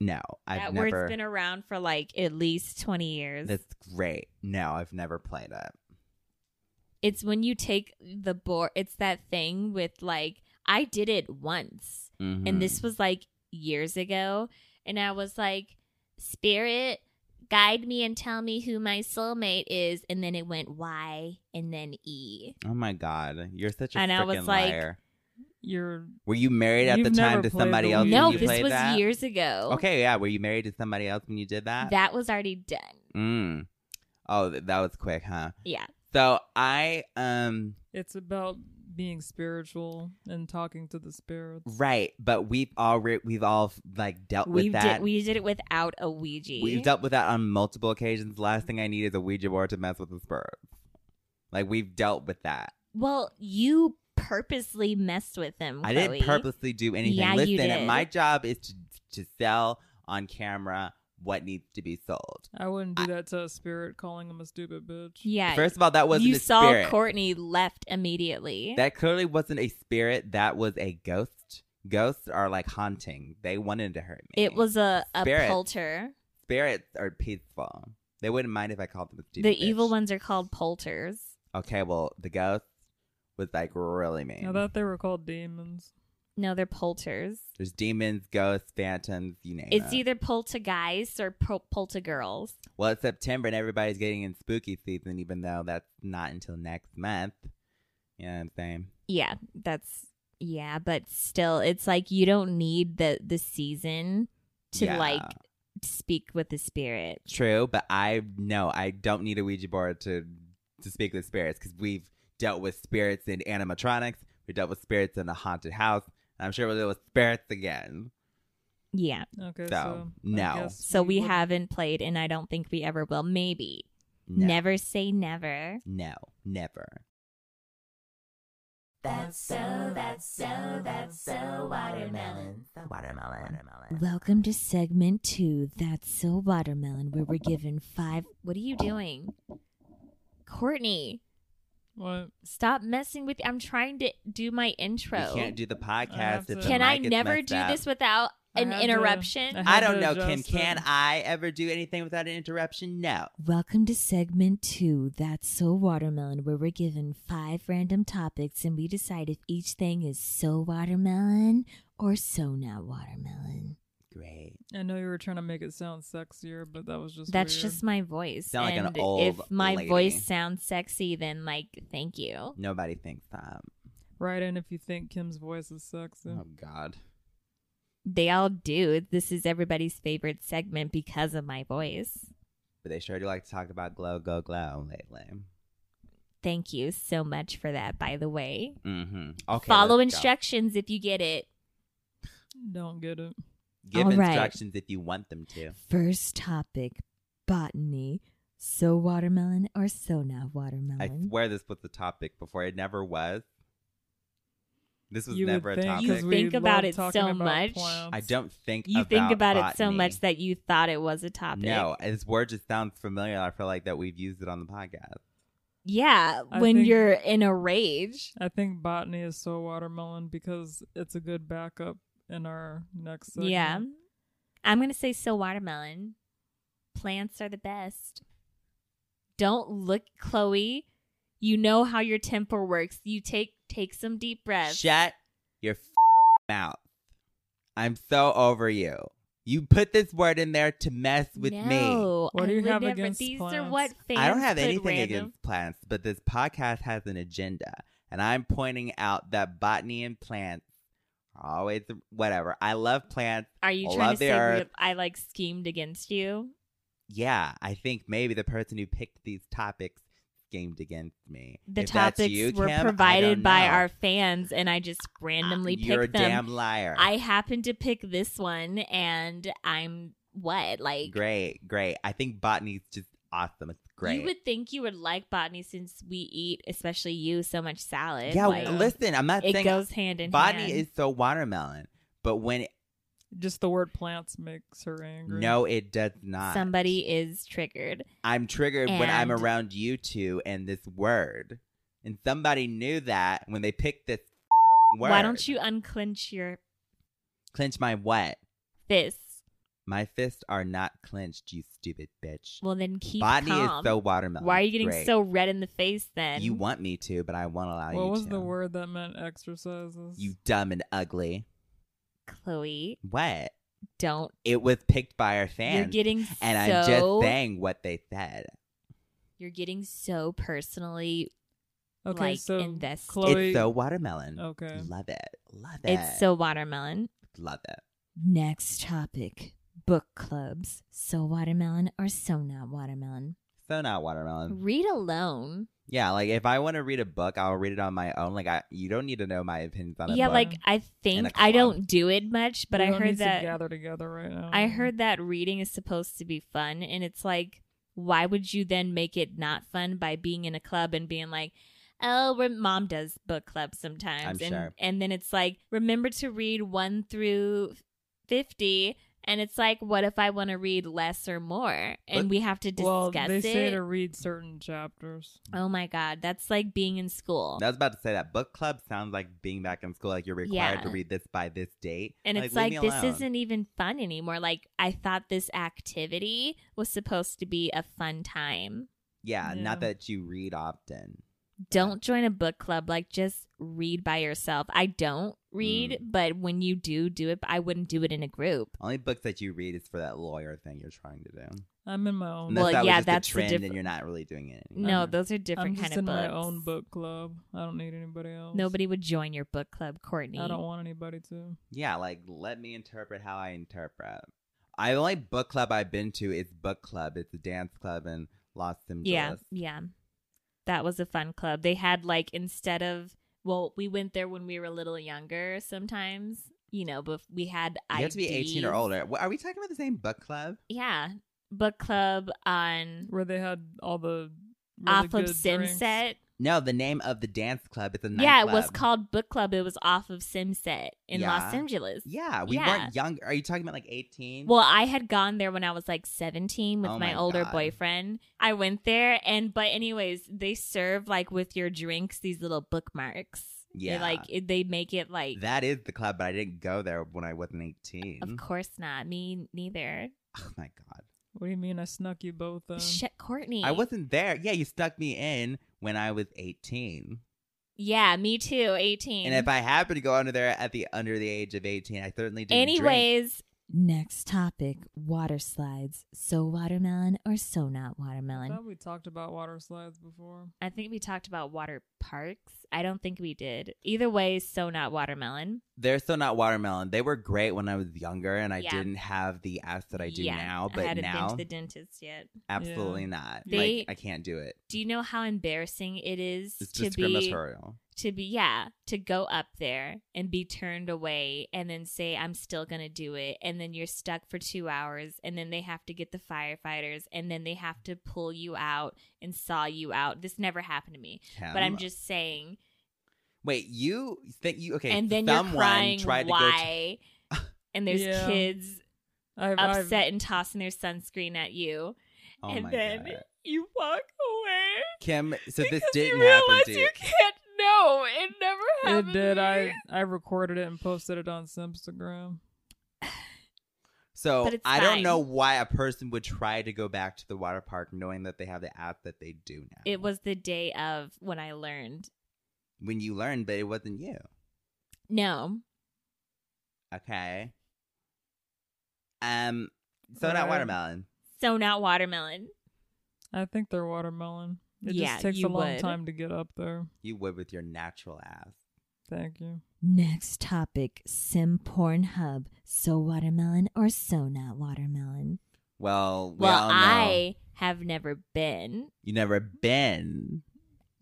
Speaker 1: no.
Speaker 2: that
Speaker 1: I've
Speaker 2: word's
Speaker 1: never.
Speaker 2: been around for like at least 20 years.
Speaker 1: That's great. No, I've never played it.
Speaker 2: it's when you take the board, it's that thing with like, I did it once.
Speaker 1: Mhm.
Speaker 2: and this was like years ago and i was like spirit guide me and tell me who my soulmate is and then it went y and then e
Speaker 1: Oh my god, you're such a
Speaker 2: And I was
Speaker 1: freaking
Speaker 2: like-
Speaker 1: liar.
Speaker 3: You're
Speaker 1: Were you married at the
Speaker 3: You've
Speaker 1: time
Speaker 3: never
Speaker 1: to
Speaker 3: played
Speaker 1: somebody
Speaker 3: the
Speaker 1: else?
Speaker 3: Ouija.
Speaker 1: when
Speaker 2: no
Speaker 1: you
Speaker 2: this
Speaker 1: played
Speaker 2: was
Speaker 1: that?
Speaker 2: years ago
Speaker 1: Okay, yeah. Were you married to somebody else when you did that?
Speaker 2: that was already done
Speaker 1: Mm. Oh, th- that was quick, huh?
Speaker 2: yeah
Speaker 1: So I um
Speaker 3: it's about being spiritual and talking to the spirits.
Speaker 1: right, but we've all re- we've all like dealt
Speaker 2: we
Speaker 1: Oh, with that.
Speaker 2: did we did it without a ouija
Speaker 1: have dealt with that on multiple occasions. Last thing I need is a Ouija board to mess with the spirits. Like we've dealt with that.
Speaker 2: well you purposely messed with them
Speaker 1: I didn't
Speaker 2: Chloe.
Speaker 1: purposely do anything.
Speaker 2: Yeah,
Speaker 1: Listen,
Speaker 2: you did.
Speaker 1: my job is to to sell on camera what needs to be sold.
Speaker 3: I wouldn't do that to a spirit calling him a stupid bitch.
Speaker 2: yeah
Speaker 1: First of all, that wasn't
Speaker 2: you
Speaker 1: a
Speaker 2: saw
Speaker 1: spirit.
Speaker 2: courtney left immediately
Speaker 1: That clearly wasn't a spirit. That was a ghost. Ghosts are like haunting. They wanted to hurt me.
Speaker 2: it was a, a
Speaker 1: Spirit.
Speaker 2: polter
Speaker 1: spirits are peaceful. They wouldn't mind if I called them a stupid.
Speaker 2: the evil
Speaker 1: bitch.
Speaker 2: ones are called polters.
Speaker 1: Okay, well, the ghost was like really mean.
Speaker 3: I thought they were called demons.
Speaker 2: No, they're polters.
Speaker 1: There's demons, ghosts, phantoms, you name
Speaker 2: It's
Speaker 1: it.
Speaker 2: either poltergeists or pol- poltergirls.
Speaker 1: well, it's September and everybody's getting in spooky season, even though that's not until next month. You know what I'm saying?
Speaker 2: Yeah, that's yeah, but still, it's like you don't need the the season to
Speaker 1: Yeah.
Speaker 2: like speak with the spirit.
Speaker 1: True, but I no, I don't need a Ouija board to to speak with spirits because we've dealt with spirits in animatronics. We dealt with spirits in a haunted house. And I'm sure we'll deal with spirits again.
Speaker 2: Yeah,
Speaker 3: Okay, so,
Speaker 1: So,
Speaker 3: I
Speaker 1: no.
Speaker 3: guess
Speaker 2: so we
Speaker 3: would-
Speaker 2: haven't played, and I don't think we ever will. Maybe
Speaker 1: No,
Speaker 2: never say never.
Speaker 1: no, never.
Speaker 4: That's so, that's so, that's so watermelon. Watermelon. Watermelon.
Speaker 2: Welcome to segment two. That's so watermelon, where we're given five. What are you doing, Courtney?
Speaker 3: What?
Speaker 2: Stop messing with. I'm trying to do my intro.
Speaker 1: You can't do the
Speaker 3: I have
Speaker 1: podcast if
Speaker 3: to-
Speaker 1: the
Speaker 2: Can I
Speaker 1: mic is
Speaker 2: never
Speaker 1: messed
Speaker 2: do
Speaker 1: up.
Speaker 2: this without
Speaker 3: I
Speaker 2: an
Speaker 3: had to-
Speaker 2: interruption?
Speaker 3: I
Speaker 1: I
Speaker 3: had to
Speaker 1: don't know, Kim.
Speaker 3: adjust it.
Speaker 1: Can I ever do anything without an interruption? No.
Speaker 2: Welcome to segment two, That's So Watermelon, where we're given five random topics and we decide if each thing is so watermelon or so not watermelon.
Speaker 1: Great.
Speaker 3: I know you were trying to make it sound sexier, but that was just
Speaker 2: That's
Speaker 3: weird.
Speaker 2: just my voice.
Speaker 1: Sound like an
Speaker 2: and
Speaker 1: old
Speaker 2: if my
Speaker 1: lady.
Speaker 2: voice sounds sexy, then like thank you.
Speaker 1: Nobody thinks that.
Speaker 3: right in if you think Kim's voice is sexy.
Speaker 1: Oh God.
Speaker 2: They all do. This is everybody's favorite segment because of my voice.
Speaker 1: But they sure do like to talk about glow, go, glow lately.
Speaker 2: Thank you so much for that, by the way.
Speaker 1: Mm-hmm. Okay.
Speaker 2: Follow
Speaker 1: let's go.
Speaker 2: instructions if you get it.
Speaker 3: Don't get it.
Speaker 1: Give
Speaker 2: All right.
Speaker 1: instructions if you want them to.
Speaker 2: First topic botany. So watermelon or so
Speaker 1: I
Speaker 2: not watermelon?
Speaker 1: swear this was the topic before. It never was. This was
Speaker 3: You would
Speaker 1: never a
Speaker 3: think, 'cause
Speaker 1: topic.
Speaker 2: You
Speaker 3: we
Speaker 2: think
Speaker 3: love
Speaker 2: about it
Speaker 3: talking
Speaker 2: so
Speaker 3: about
Speaker 2: much.
Speaker 3: plants.
Speaker 1: I don't think
Speaker 2: you think about it so
Speaker 1: botany.
Speaker 2: much that you thought it was a topic.
Speaker 1: No, this word just sounds familiar. I feel like that we've used it on the podcast.
Speaker 2: Yeah,
Speaker 3: I
Speaker 2: when
Speaker 3: think-
Speaker 2: you're in a rage.
Speaker 3: I think botany is so watermelon because it's a good backup in our next segment.
Speaker 2: Yeah. I'm going to say so watermelon. Plants are the best. Don't look, Chloe. You know how your temper works. You take take some deep breaths.
Speaker 1: Shut your f- mouth. I'm so over you. You put this word in there to mess with me.
Speaker 2: no,
Speaker 3: What
Speaker 2: I
Speaker 3: do you
Speaker 2: would
Speaker 3: have
Speaker 2: never-
Speaker 3: against
Speaker 2: These are
Speaker 3: plants?
Speaker 2: what fans
Speaker 1: I don't have
Speaker 2: put
Speaker 1: anything
Speaker 2: random.
Speaker 1: against plants, but this podcast has an agenda, and I'm pointing out that botany and plants are always whatever. I love plants.
Speaker 2: Are you
Speaker 1: I
Speaker 2: trying
Speaker 1: love
Speaker 2: to say
Speaker 1: the earth.
Speaker 2: that I like schemed against you?
Speaker 1: Yeah, I think maybe the person who picked these topics schemed against me.
Speaker 2: The
Speaker 1: If that's
Speaker 2: topics
Speaker 1: you,
Speaker 2: were
Speaker 1: Kim, I
Speaker 2: provided
Speaker 1: don't
Speaker 2: by
Speaker 1: know.
Speaker 2: our fans, and I just randomly picked
Speaker 1: You're a
Speaker 2: them.
Speaker 1: damn liar.
Speaker 2: I happened to pick this one, and I'm what like
Speaker 1: great, great. I think botany's just awesome. It's great.
Speaker 2: You would think you would like botany since we eat, especially you, so much salad.
Speaker 1: yeah,
Speaker 2: like,
Speaker 1: listen, I'm not
Speaker 2: it
Speaker 1: saying
Speaker 2: goes hand in
Speaker 1: botany
Speaker 2: hand.
Speaker 1: is so watermelon, but when it,
Speaker 3: Just the word plants makes her angry.
Speaker 1: no, it does not.
Speaker 2: somebody is triggered.
Speaker 1: I'm triggered when I'm
Speaker 2: And-
Speaker 1: around you two and this word, and somebody knew that when they picked this word.
Speaker 2: Why don't you unclench your
Speaker 1: clench my what?
Speaker 2: fist?
Speaker 1: My fists are not clenched, you stupid bitch.
Speaker 2: Well, then keep
Speaker 1: Botany
Speaker 2: calm.
Speaker 1: is so watermelon.
Speaker 2: Why are you getting
Speaker 1: Great.
Speaker 2: so red in the face then?
Speaker 1: You want me to, but I won't allow you.
Speaker 3: What was
Speaker 1: to.
Speaker 3: the word that meant exercises?
Speaker 1: You dumb and ugly.
Speaker 2: Chloe,
Speaker 1: What?
Speaker 2: don't.
Speaker 1: It was picked by our fans.
Speaker 2: You're getting
Speaker 1: and
Speaker 2: so,
Speaker 1: I'm just saying what they said.
Speaker 2: You're getting so personally.
Speaker 3: okay,
Speaker 2: like,
Speaker 3: so
Speaker 2: invested.
Speaker 3: Chloe,
Speaker 1: It's so watermelon.
Speaker 3: Okay.
Speaker 1: Love it. Love it.
Speaker 2: It's so watermelon.
Speaker 1: Love it.
Speaker 2: Next topic: book clubs. So watermelon or so not watermelon?
Speaker 1: So not watermelon.
Speaker 2: Read alone.
Speaker 1: Yeah, like if I want to read a book, I'll read it on my own. Like I, you don't need to know my opinions on it.
Speaker 2: yeah
Speaker 3: book.
Speaker 2: like i think
Speaker 1: a club.
Speaker 2: i don't do it much but
Speaker 3: we
Speaker 2: i
Speaker 3: don't
Speaker 2: heard
Speaker 3: need to
Speaker 2: that
Speaker 3: gather together right now.
Speaker 1: Mm.
Speaker 2: i heard that reading is supposed to be fun and it's like why would you then make it not fun by being in a club and being like oh we mom does book club sometimes
Speaker 1: I'm
Speaker 2: and
Speaker 1: sure.
Speaker 2: and then it's like remember to read 1 through 50 and it's like what if i want to read less or more
Speaker 1: But-
Speaker 2: and we have to discuss
Speaker 3: well, they
Speaker 2: it
Speaker 3: say to read certain chapters.
Speaker 2: oh my god that's like being in school
Speaker 1: I was about to say that book club sounds like being back in school. Like you're required
Speaker 2: Yeah.
Speaker 1: to read this by this date,
Speaker 2: And it's
Speaker 1: leave
Speaker 2: like,
Speaker 1: me
Speaker 2: this
Speaker 1: alone.
Speaker 2: isn't even fun anymore. Like, I thought this activity was supposed to be a fun time.
Speaker 1: Yeah,
Speaker 3: Yeah.
Speaker 1: not that you read often.
Speaker 2: Don't join a book club. Like, just read by yourself. I don't read,
Speaker 1: Mm.
Speaker 2: but when you do do it, I wouldn't do it in a group.
Speaker 1: Only books that you read is for that lawyer thing you're trying to do.
Speaker 3: I'm in my own.
Speaker 1: Unless
Speaker 2: Well,
Speaker 1: that was
Speaker 2: yeah,
Speaker 1: just
Speaker 2: that's
Speaker 1: a
Speaker 2: the
Speaker 1: trend,
Speaker 2: diff-
Speaker 1: and you're not really doing it. anymore.
Speaker 2: No,
Speaker 3: I'm-
Speaker 2: those are
Speaker 3: I'm
Speaker 2: different
Speaker 3: just
Speaker 2: kind of
Speaker 3: in
Speaker 2: books.
Speaker 3: my own book club. I don't need anybody else.
Speaker 2: Nobody would join your book club, Courtney.
Speaker 3: I don't want anybody to.
Speaker 1: Yeah, like let me interpret how I interpret. I the only book club I've been to is book club. It's a dance club in Los Angeles.
Speaker 2: Yeah, yeah. That was a fun club. They had like instead of well, we went there when we were a little younger sometimes, you know, but we had
Speaker 1: You have to be 18 or
Speaker 2: IDs.
Speaker 1: older. What, are we talking about the same book club?
Speaker 2: Yeah. Book club on
Speaker 3: Where they had all the really
Speaker 2: off of
Speaker 3: good drinks.
Speaker 2: Simset.
Speaker 1: No, the name of the dance club. It's a
Speaker 2: Yeah, it
Speaker 1: nightclub.
Speaker 2: was called Book Club. It was off of Simset in
Speaker 1: Yeah.
Speaker 2: Los Angeles.
Speaker 1: Yeah, we
Speaker 2: Yeah.
Speaker 1: weren't young. Are you talking about like 18?
Speaker 2: Well, I had gone there when I was like 17 with
Speaker 1: Oh my
Speaker 2: my, older
Speaker 1: God.
Speaker 2: boyfriend. I went there and but anyways, they serve like with your drinks these little bookmarks. They,
Speaker 1: Yeah.
Speaker 2: like it, they make it like
Speaker 1: that mm. is the club, but I didn't go there when I wasn't 18.
Speaker 2: Of course not. Me neither.
Speaker 1: Oh my God.
Speaker 3: What do you mean I snuck you both in?
Speaker 2: Shit, Courtney.
Speaker 1: I wasn't there. Yeah, you stuck me in when I was 18.
Speaker 2: Yeah, me too. Eighteen.
Speaker 1: And if I happened to go under there at the under the age of 18, I certainly didn't. drink.
Speaker 2: Anyways,
Speaker 4: Next topic water slides. So watermelon or so not
Speaker 3: I
Speaker 4: watermelon?
Speaker 3: thought we talked about water slides before.
Speaker 2: I think we talked about water parks. I don't think we did. Either way, so not watermelon.
Speaker 1: they're still not watermelon. They were great when I was younger, and I
Speaker 2: Yeah.
Speaker 1: didn't have the ass that I do
Speaker 2: Yeah,
Speaker 1: now.
Speaker 2: I
Speaker 1: But
Speaker 2: hadn't been
Speaker 1: now,
Speaker 2: to the dentist yet.
Speaker 1: absolutely
Speaker 3: Yeah.
Speaker 1: not.
Speaker 2: They-
Speaker 1: like I can't do it.
Speaker 2: Do you know how embarrassing it is
Speaker 1: It's
Speaker 2: to be
Speaker 1: discriminatorial.
Speaker 2: to be yeah to go up there and be turned away and then say i'm still gonna do it and then you're stuck for two hours and then they have to get the firefighters and then they have to pull you out and saw you out this never happened to me but i'm
Speaker 1: Kim.
Speaker 2: just saying
Speaker 1: wait. You think you okay?
Speaker 2: and then
Speaker 1: someone
Speaker 2: you're crying
Speaker 1: tried to go. To,
Speaker 2: why and there's
Speaker 3: Yeah.
Speaker 2: kids
Speaker 3: I've,
Speaker 2: upset
Speaker 3: I've,
Speaker 2: and tossing their sunscreen at you
Speaker 1: oh
Speaker 2: and
Speaker 1: my
Speaker 2: then
Speaker 1: god,
Speaker 2: you walk away
Speaker 1: Kim. So this
Speaker 2: because
Speaker 1: didn't
Speaker 2: you realize
Speaker 1: happen to you.
Speaker 2: you can't know it never happened
Speaker 3: it did.
Speaker 2: to
Speaker 3: I
Speaker 2: me.
Speaker 3: I recorded it and posted it on Instagram.
Speaker 1: So
Speaker 2: But it's
Speaker 1: I don't
Speaker 2: fine.
Speaker 1: know why a person would try to go back to the water park knowing that they have the app that they do now.
Speaker 2: It was the day of when I learned.
Speaker 1: when you learned, but it wasn't you.
Speaker 2: No.
Speaker 1: Okay. Um. So not
Speaker 3: Right.
Speaker 1: watermelon.
Speaker 2: So not watermelon.
Speaker 3: I think they're watermelon. It
Speaker 2: Yeah,
Speaker 3: just takes
Speaker 2: you
Speaker 3: a long
Speaker 2: would.
Speaker 3: time to get up there.
Speaker 1: You would with your natural ass.
Speaker 3: Thank you.
Speaker 4: Next topic Sim Porn Hub. So watermelon or so not watermelon?
Speaker 1: Well, we
Speaker 2: well,
Speaker 1: all know
Speaker 2: I have never been.
Speaker 1: you never been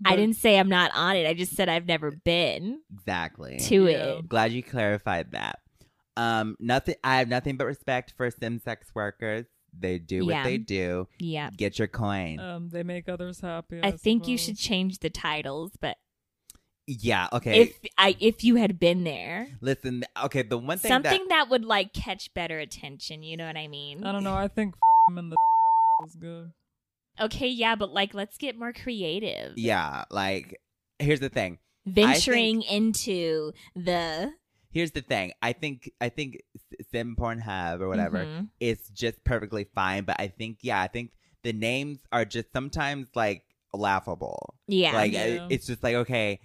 Speaker 2: I
Speaker 3: But-
Speaker 2: didn't say I'm not on it. I just said I've never been
Speaker 1: exactly.
Speaker 2: to
Speaker 3: Yeah.
Speaker 2: it.
Speaker 1: Glad you clarified that. Um, nothing. I have nothing but respect for sim sex workers. They do
Speaker 2: Yeah. Uh,
Speaker 1: what they do.
Speaker 2: Yeah.
Speaker 1: Get your coin.
Speaker 3: Um, they make others happy.
Speaker 2: I,
Speaker 3: I,
Speaker 2: think you should
Speaker 3: suppose.
Speaker 2: change the titles, but
Speaker 1: yeah. Okay.
Speaker 2: if I if you had been there,
Speaker 1: Listen. Okay. The one thing
Speaker 2: something that, would like catch better attention, you know what I mean?
Speaker 3: I don't know. I think in the is good.
Speaker 2: okay, yeah, but like let's get more creative.
Speaker 1: that. Yeah. Like, here's the thing.
Speaker 2: Venturing into the
Speaker 1: Here's the thing. I think. I think sim Pornhub or whatever.
Speaker 2: Mhm.
Speaker 1: it's just perfectly fine. But I think, yeah, I think the names are just sometimes like laughable.
Speaker 2: Yeah.
Speaker 1: Like I-
Speaker 3: Yeah.
Speaker 1: it's just like okay,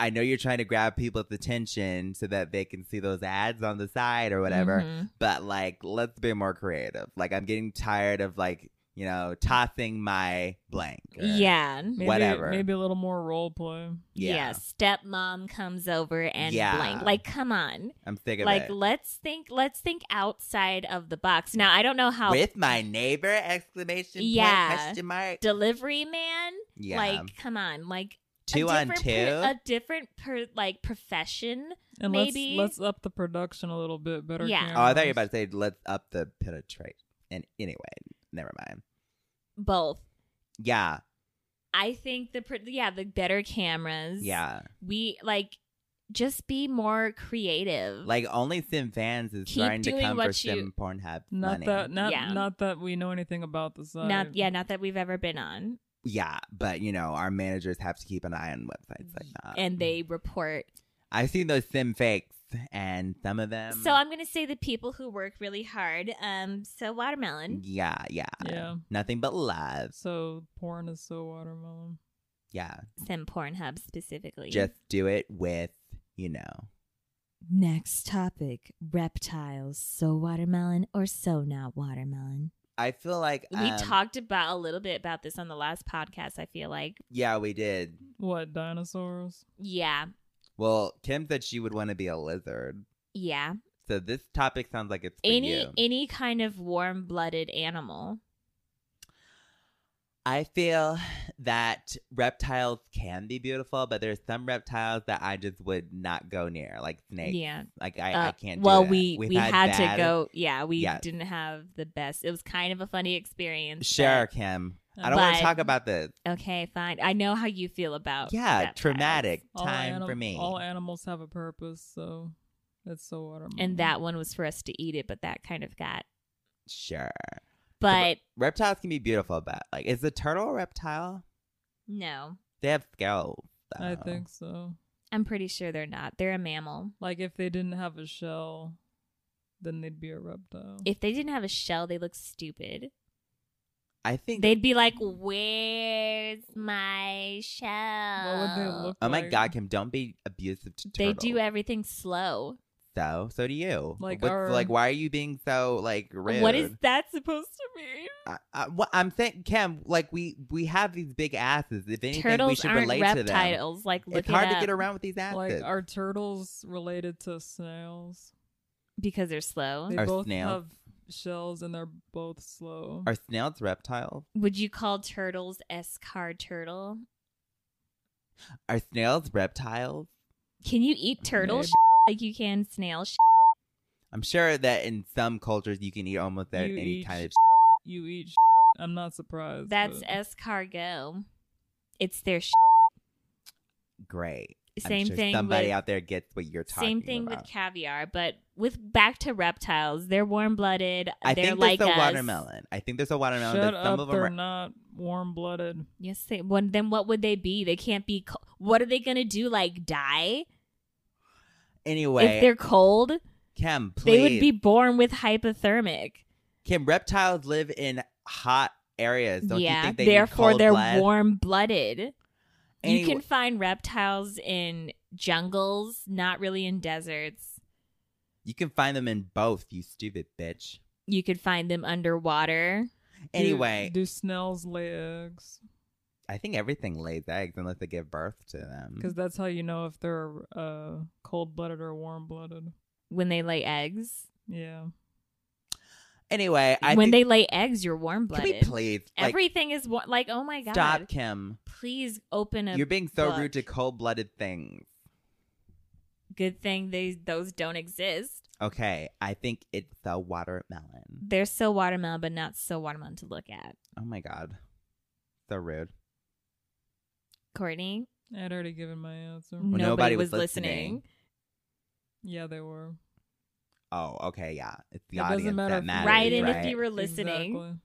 Speaker 1: I know you're trying to grab people's attention so that they can see those ads on the side or whatever.
Speaker 2: Mhm.
Speaker 1: But like, let's be more creative. Like I'm getting tired of like you know tossing my blank. or-
Speaker 2: Yeah.
Speaker 3: Maybe,
Speaker 1: Whatever.
Speaker 3: Maybe a little more role play.
Speaker 1: Yeah.
Speaker 2: Yeah. Stepmom comes over and
Speaker 1: Yeah.
Speaker 2: blank. Like, come on.
Speaker 1: I'm sick of
Speaker 2: Like,
Speaker 1: it.
Speaker 2: let's think. Let's think outside of the box. Now, I don't know how
Speaker 1: With my neighbor! Exclamation
Speaker 2: Yeah.
Speaker 1: point! Question mark.
Speaker 2: delivery man.
Speaker 1: Yeah,
Speaker 2: Like, come on. Like a
Speaker 1: two on
Speaker 2: different
Speaker 1: two.
Speaker 2: per- a different per like profession.
Speaker 3: And
Speaker 2: Maybe.
Speaker 3: let's let's up the production a little bit better.
Speaker 2: Yeah.
Speaker 1: Oh, I thought you were
Speaker 3: cameras.
Speaker 1: about to say let's up the penetrate. And anyway, never mind.
Speaker 2: Both.
Speaker 1: Yeah,
Speaker 2: I think the pr yeah the better cameras.
Speaker 1: yeah.
Speaker 2: We like just be more creative.
Speaker 1: Like only Sim fans is
Speaker 2: Keep
Speaker 1: trying to
Speaker 2: doing
Speaker 1: come for
Speaker 2: what
Speaker 1: Sim
Speaker 2: you-
Speaker 1: Pornhub
Speaker 3: Not
Speaker 1: money.
Speaker 3: that not
Speaker 2: Yeah.
Speaker 3: not that we know anything about the site.
Speaker 2: not yeah, not that we've ever been on,
Speaker 1: Yeah, but you know our managers have to keep an eye on websites like that.
Speaker 2: and they report
Speaker 1: I've seen those Sim fakes, and some of them.
Speaker 2: So I'm gonna say the people who work really hard. Um, so watermelon.
Speaker 1: Yeah, yeah,
Speaker 3: Yeah.
Speaker 1: Nothing but love.
Speaker 3: So porn is so watermelon.
Speaker 1: Yeah,
Speaker 2: Some Pornhub specifically.
Speaker 1: Mm. just do it with you know.
Speaker 4: Next topic reptiles. So watermelon or so not watermelon?
Speaker 1: I feel like
Speaker 2: we
Speaker 1: um,
Speaker 2: talked about a little bit about this on the last podcast. I feel like,
Speaker 1: Yeah, we did.
Speaker 3: What dinosaurs?
Speaker 2: yeah,
Speaker 1: Well, Kim said she would want to be a lizard,
Speaker 2: yeah.
Speaker 1: so this topic sounds like it's for
Speaker 2: Any
Speaker 1: you.
Speaker 2: any kind of warm blooded animal.
Speaker 1: I feel that reptiles can be beautiful, but there's some reptiles that I just would not go near, like snakes.
Speaker 2: Yeah.
Speaker 1: Like I, I
Speaker 2: Uh,
Speaker 1: can't. do
Speaker 2: well,
Speaker 1: that.
Speaker 2: we
Speaker 1: We've
Speaker 2: we had,
Speaker 1: bad-
Speaker 2: to go. Yeah, we
Speaker 1: Yeah.
Speaker 2: didn't have the best. It was kind of a funny experience.
Speaker 1: Sure,
Speaker 2: but-
Speaker 1: Kim. I don't want
Speaker 2: But-
Speaker 1: to talk about this.
Speaker 2: Okay, fine. I know how you feel about.
Speaker 1: Yeah,
Speaker 2: reptiles.
Speaker 1: traumatic
Speaker 3: All
Speaker 1: time
Speaker 3: anim-
Speaker 1: for me.
Speaker 3: All animals have a purpose, so it's so watermelon.
Speaker 2: And that one was for us to eat it, but that kind of got.
Speaker 1: sure.
Speaker 2: But
Speaker 1: Reptiles can be beautiful, but like, is the turtle a reptile?
Speaker 2: no,
Speaker 1: They have scales.
Speaker 3: I
Speaker 1: though.
Speaker 3: think so.
Speaker 2: I'm pretty sure they're not. They're a mammal.
Speaker 3: Like if they didn't have a shell, then they'd be a reptile.
Speaker 2: If they didn't have a shell, they look stupid.
Speaker 1: I think.
Speaker 2: They'd be like, "Where's my
Speaker 3: what
Speaker 2: shell?"
Speaker 3: would they look
Speaker 1: oh my
Speaker 3: like?
Speaker 1: God, Kim! Don't be abusive to
Speaker 2: They
Speaker 1: turtles.
Speaker 2: do everything slow.
Speaker 1: so. So do you.
Speaker 3: Like
Speaker 1: What's-
Speaker 3: our-
Speaker 1: like, why are you being so like rude?
Speaker 2: What is that supposed to mean?
Speaker 1: I, I, what I'm saying, Kim? Like we we have these big asses. If anything, we
Speaker 2: Turtles
Speaker 1: should
Speaker 2: aren't
Speaker 1: relate to them.
Speaker 2: reptiles. Like, look
Speaker 1: It's hard
Speaker 2: it
Speaker 1: to get
Speaker 2: up
Speaker 1: around with these asses.
Speaker 3: Like are turtles related to snails?
Speaker 2: because they're slow.
Speaker 3: They
Speaker 1: Are
Speaker 3: both
Speaker 1: snails-
Speaker 3: have shells and they're both slow.
Speaker 1: Are snails reptiles?
Speaker 2: Would you call turtles escar turtle?
Speaker 1: Are snails reptiles?
Speaker 2: Can you eat turtle
Speaker 3: Maybe.
Speaker 2: sh- like you can snail? Sh-
Speaker 1: I'm sure that in some cultures you can eat almost at
Speaker 3: You
Speaker 1: any
Speaker 3: eat
Speaker 1: kind of.
Speaker 3: you eat sh- I'm not surprised.
Speaker 2: That's
Speaker 3: but-
Speaker 2: escargot. It's their sh-
Speaker 1: Great. I'm
Speaker 2: same
Speaker 1: sure
Speaker 2: thing.
Speaker 1: Somebody
Speaker 2: with,
Speaker 1: out there gets what you're talking
Speaker 2: same thing
Speaker 1: about.
Speaker 2: with caviar, but with back to reptiles, they're warm blooded.
Speaker 1: I
Speaker 2: they're
Speaker 1: think
Speaker 2: like
Speaker 1: there's a
Speaker 2: us.
Speaker 1: watermelon. I think there's a watermelon.
Speaker 3: Shut
Speaker 1: but some
Speaker 3: up,
Speaker 1: of them
Speaker 3: they're
Speaker 1: are.
Speaker 3: not warm blooded.
Speaker 2: Yes, they. Well, then what would they be? They can't be. Co- what are they gonna do? Like die? If
Speaker 1: Anyway,
Speaker 2: they're cold,
Speaker 1: Kim, please.
Speaker 2: they would be born with hypothermic.
Speaker 1: Kim, reptiles live in hot areas. Don't you
Speaker 2: yeah,
Speaker 1: think they need
Speaker 2: therefore
Speaker 1: cold
Speaker 2: they're
Speaker 1: blood?
Speaker 2: warm blooded.
Speaker 1: Any-
Speaker 2: you can find reptiles in jungles, not really in deserts.
Speaker 1: You can find them in both. You stupid bitch.
Speaker 2: You could find them underwater.
Speaker 3: Do-
Speaker 1: Anyway, Mm-hmm.
Speaker 3: do, snails lay eggs?
Speaker 1: I think everything lays eggs unless they give birth to them.
Speaker 3: Because that's how you know if they're uh, cold blooded or warm blooded.
Speaker 2: when they lay eggs.
Speaker 3: Yeah.
Speaker 1: Anyway, I
Speaker 2: when
Speaker 1: think,
Speaker 2: they lay eggs, you're warm
Speaker 1: can we
Speaker 2: blooded.
Speaker 1: please like,
Speaker 2: Everything is wa- like, oh my god!
Speaker 1: stop, Kim.
Speaker 2: Please open a.
Speaker 1: You're being so
Speaker 2: book.
Speaker 1: rude to cold-blooded things.
Speaker 2: Good thing they those don't exist.
Speaker 1: Okay, I think it's a watermelon.
Speaker 2: They're so watermelon, but not so watermelon to look at.
Speaker 1: Oh my god, so rude.
Speaker 2: Courtney,
Speaker 3: I'd already given my answer.
Speaker 1: nobody
Speaker 2: nobody,
Speaker 1: was
Speaker 2: was,
Speaker 1: listening.
Speaker 2: listening.
Speaker 3: Yeah, they were.
Speaker 1: Oh, okay, yeah, it's the
Speaker 3: It doesn't
Speaker 1: audience
Speaker 3: matter
Speaker 1: that
Speaker 3: if-
Speaker 1: matters.
Speaker 2: Write
Speaker 1: in
Speaker 2: in if you were listening.
Speaker 3: Exactly.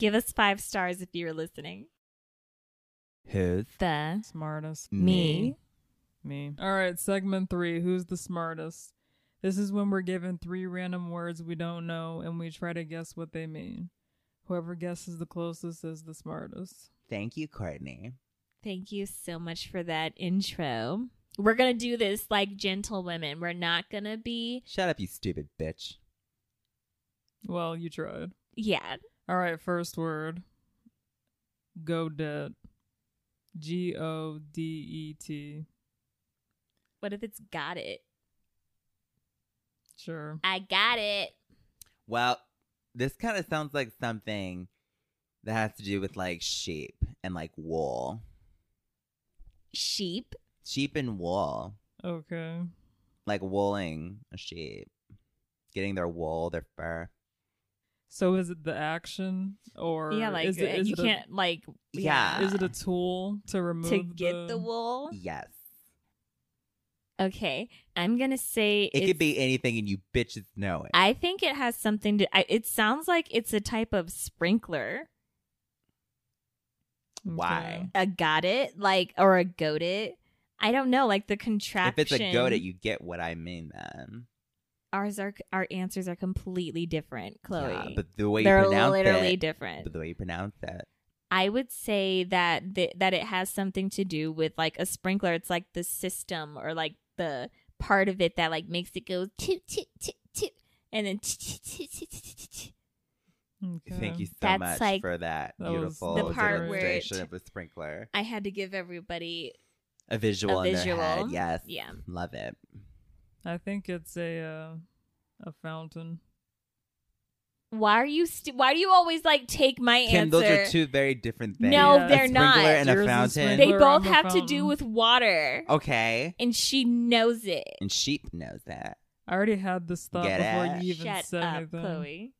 Speaker 2: Give us five stars if you were listening.
Speaker 1: Who's
Speaker 2: The
Speaker 3: Smartest.
Speaker 2: me.
Speaker 3: Me. All right, segment three. Who's the smartest? This is when we're given three random words we don't know and we try to guess what they mean. Whoever guesses the closest is the smartest.
Speaker 1: Thank you, Courtney.
Speaker 2: Thank you so much for that intro. We're gonna do this like gentle women. We're not gonna be
Speaker 1: Shut up, you stupid bitch.
Speaker 3: Well, you tried.
Speaker 2: yeah.
Speaker 3: All right, first word. Godet. G O D E T.
Speaker 2: What if it's got it?
Speaker 3: Sure.
Speaker 2: I got it.
Speaker 1: Well, this kind of sounds like something that has to do with like sheep and like wool,
Speaker 2: Sheep.
Speaker 1: sheep and wool.
Speaker 3: Okay.
Speaker 1: like wooling a sheep, getting their wool, their fur.
Speaker 3: So is it the action or
Speaker 2: yeah, like uh,
Speaker 3: is it, is
Speaker 2: you
Speaker 3: it a-
Speaker 2: can't like
Speaker 1: Yeah.
Speaker 3: is it a tool to remove
Speaker 2: to get the wool.
Speaker 1: Yes,
Speaker 2: Okay, I'm gonna say
Speaker 1: it
Speaker 2: it's-
Speaker 1: could be anything, and you bitches know it.
Speaker 2: I think it has something to. I, it sounds like it's a type of sprinkler.
Speaker 1: Why?
Speaker 2: A got it like or a goat it. I don't know, like the
Speaker 1: if
Speaker 2: contraption.
Speaker 1: it's a goat, it you get what I mean. Then
Speaker 2: ours are our answers are completely different, Chloe.
Speaker 1: Yeah, but the way you
Speaker 2: They're
Speaker 1: pronounce
Speaker 2: literally
Speaker 1: it,
Speaker 2: different.
Speaker 1: but the way you pronounce it,
Speaker 2: I would say that th- that it has something to do with like a sprinkler. It's like the system or like the part of it that like makes it go toot toot toot toot, and then toot, toot, toot, toot, toot, toot, toot.
Speaker 3: Okay.
Speaker 1: thank you so
Speaker 2: That's
Speaker 1: much
Speaker 2: like
Speaker 1: for that,
Speaker 3: That was
Speaker 1: beautiful
Speaker 2: the part where it-
Speaker 1: demonstration of a sprinkler,
Speaker 2: I had to give everybody
Speaker 1: a visual, in
Speaker 2: visual.
Speaker 1: their head. Yes,
Speaker 2: Yeah.
Speaker 1: love it.
Speaker 3: I think it's a uh, a fountain.
Speaker 2: why are you st- why do you always like take my
Speaker 1: Kim,
Speaker 2: answer?
Speaker 1: those are two very different things.
Speaker 2: No,
Speaker 3: Yeah.
Speaker 1: a
Speaker 2: they're
Speaker 1: sprinkler
Speaker 2: not.
Speaker 1: and a
Speaker 3: Yours is
Speaker 1: fountain.
Speaker 2: they
Speaker 3: We're
Speaker 2: both
Speaker 3: on the
Speaker 2: have to do
Speaker 3: phone.
Speaker 2: with water,
Speaker 1: okay,
Speaker 2: and she knows it.
Speaker 1: and sheep knows that.
Speaker 3: I already had this thought
Speaker 1: Get
Speaker 3: before
Speaker 1: it?
Speaker 3: you even
Speaker 2: Shut
Speaker 3: said
Speaker 2: up,
Speaker 3: anything.
Speaker 2: Chloe.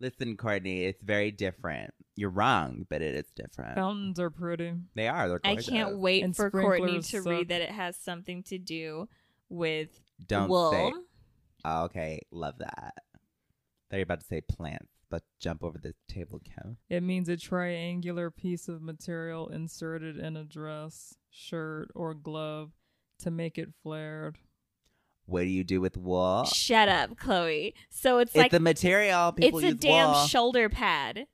Speaker 1: Listen, Courtney, it's very different. You're wrong, but it is different.
Speaker 3: Fountains are pretty.
Speaker 1: They are. They're
Speaker 2: I
Speaker 1: gorgeous.
Speaker 2: can't wait
Speaker 3: And
Speaker 2: for Courtney
Speaker 3: sprinklers
Speaker 2: to
Speaker 3: suck.
Speaker 2: read that it has something to do with
Speaker 1: Don't
Speaker 2: wool.
Speaker 1: say. Oh, okay, love that. They're about to say plants, about to jump over the table, Kev.
Speaker 3: It means a triangular piece of material inserted in a dress, shirt, or glove to make it flared.
Speaker 1: What do you do with wool? It's,
Speaker 2: Shut up, Chloe. So it's, like
Speaker 1: the material people
Speaker 2: it's a
Speaker 1: use
Speaker 2: damn
Speaker 1: wool.
Speaker 2: shoulder pad.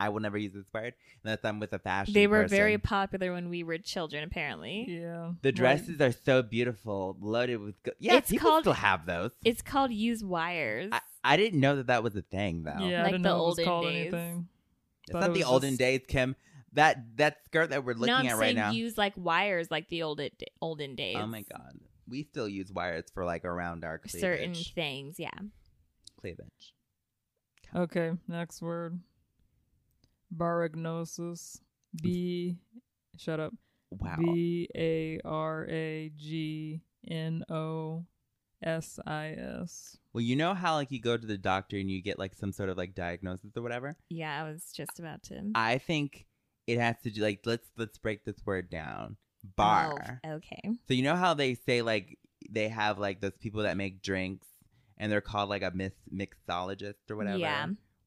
Speaker 1: I will never use this word unless I'm with a fashion.
Speaker 2: They were very
Speaker 1: person.
Speaker 2: popular when we were children, apparently.
Speaker 3: Yeah.
Speaker 1: The
Speaker 3: like-
Speaker 1: dresses are so beautiful, loaded with. Go- yeah,
Speaker 2: It's
Speaker 1: people
Speaker 2: called-
Speaker 1: still have those.
Speaker 2: It's called use wires.
Speaker 1: I, I didn't know that that was a thing though.
Speaker 3: Yeah, I
Speaker 2: Like
Speaker 3: didn't
Speaker 2: the
Speaker 3: know it was
Speaker 2: olden
Speaker 3: called
Speaker 2: days.
Speaker 3: anything.
Speaker 1: it's
Speaker 3: thought
Speaker 1: not
Speaker 3: it
Speaker 1: the
Speaker 3: was
Speaker 1: olden
Speaker 3: just-
Speaker 1: days, Kim. That that skirt that we're looking
Speaker 2: no, I'm
Speaker 1: at right
Speaker 2: saying
Speaker 1: now.
Speaker 2: use like wires, like the old olden days.
Speaker 1: oh my god, we still use wires for like around our cleavage.
Speaker 2: Certain things, yeah.
Speaker 1: cleavage.
Speaker 3: Okay, next word. Baragnosis. B. Shut up.
Speaker 1: Wow.
Speaker 3: B A R A G N O S I S.
Speaker 1: Well, you know how like you go to the doctor and you get like some sort of like diagnosis or whatever.
Speaker 2: Yeah, I was just about to.
Speaker 1: I think it has to do like let's let's break this word down. Bar.
Speaker 2: Oh, okay.
Speaker 1: So you know how they say like they have like those people that make drinks and they're called like a mis- mixologist or whatever.
Speaker 2: Yeah.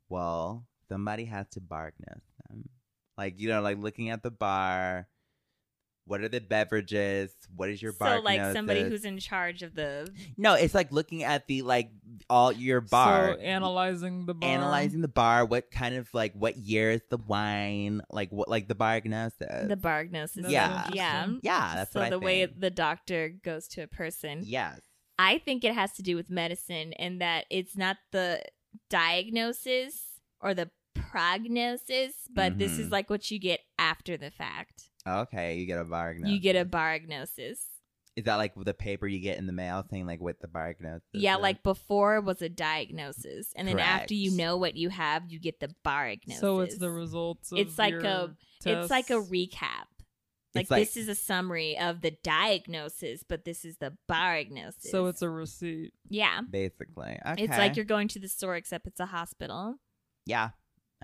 Speaker 1: Well, somebody has to bargain them. Like you know, like looking at the bar. What are the beverages? What is your bar?
Speaker 2: so like somebody who's in charge of the
Speaker 1: no, it's like looking at the like all your bar.
Speaker 3: So analyzing the bar.
Speaker 1: analyzing the bar what kind of like what year is the wine like what like the bargnosis
Speaker 2: the bargnosis.
Speaker 3: That's
Speaker 1: uh, Yeah.
Speaker 2: yeah.
Speaker 3: interesting.
Speaker 1: yeah that's
Speaker 2: so
Speaker 1: what I
Speaker 2: the way
Speaker 1: think.
Speaker 2: the doctor goes to a person.
Speaker 1: yes
Speaker 2: I think it has to do with medicine and that it's not the diagnosis or the prognosis, but this is
Speaker 1: Mhm.
Speaker 2: like what you get after the fact.
Speaker 1: okay you get a bargnosis
Speaker 2: You get a bargnosis.
Speaker 1: is that like the paper you get in the mail saying like what the bargnosis
Speaker 2: Yeah,
Speaker 1: is?
Speaker 2: like before was a diagnosis, and then after you
Speaker 1: Correct.
Speaker 2: know what you have, you get the bargnosis.
Speaker 3: So it's the results. Of
Speaker 2: It's like
Speaker 3: your
Speaker 2: a- It's like a
Speaker 3: tests.
Speaker 2: recap. Like,
Speaker 1: It's like-
Speaker 2: this is a summary of the diagnosis, but this is the bargnosis.
Speaker 3: So it's a receipt.
Speaker 2: yeah.
Speaker 1: basically okay
Speaker 2: It's like you're going to the store, except it's a hospital.
Speaker 1: yeah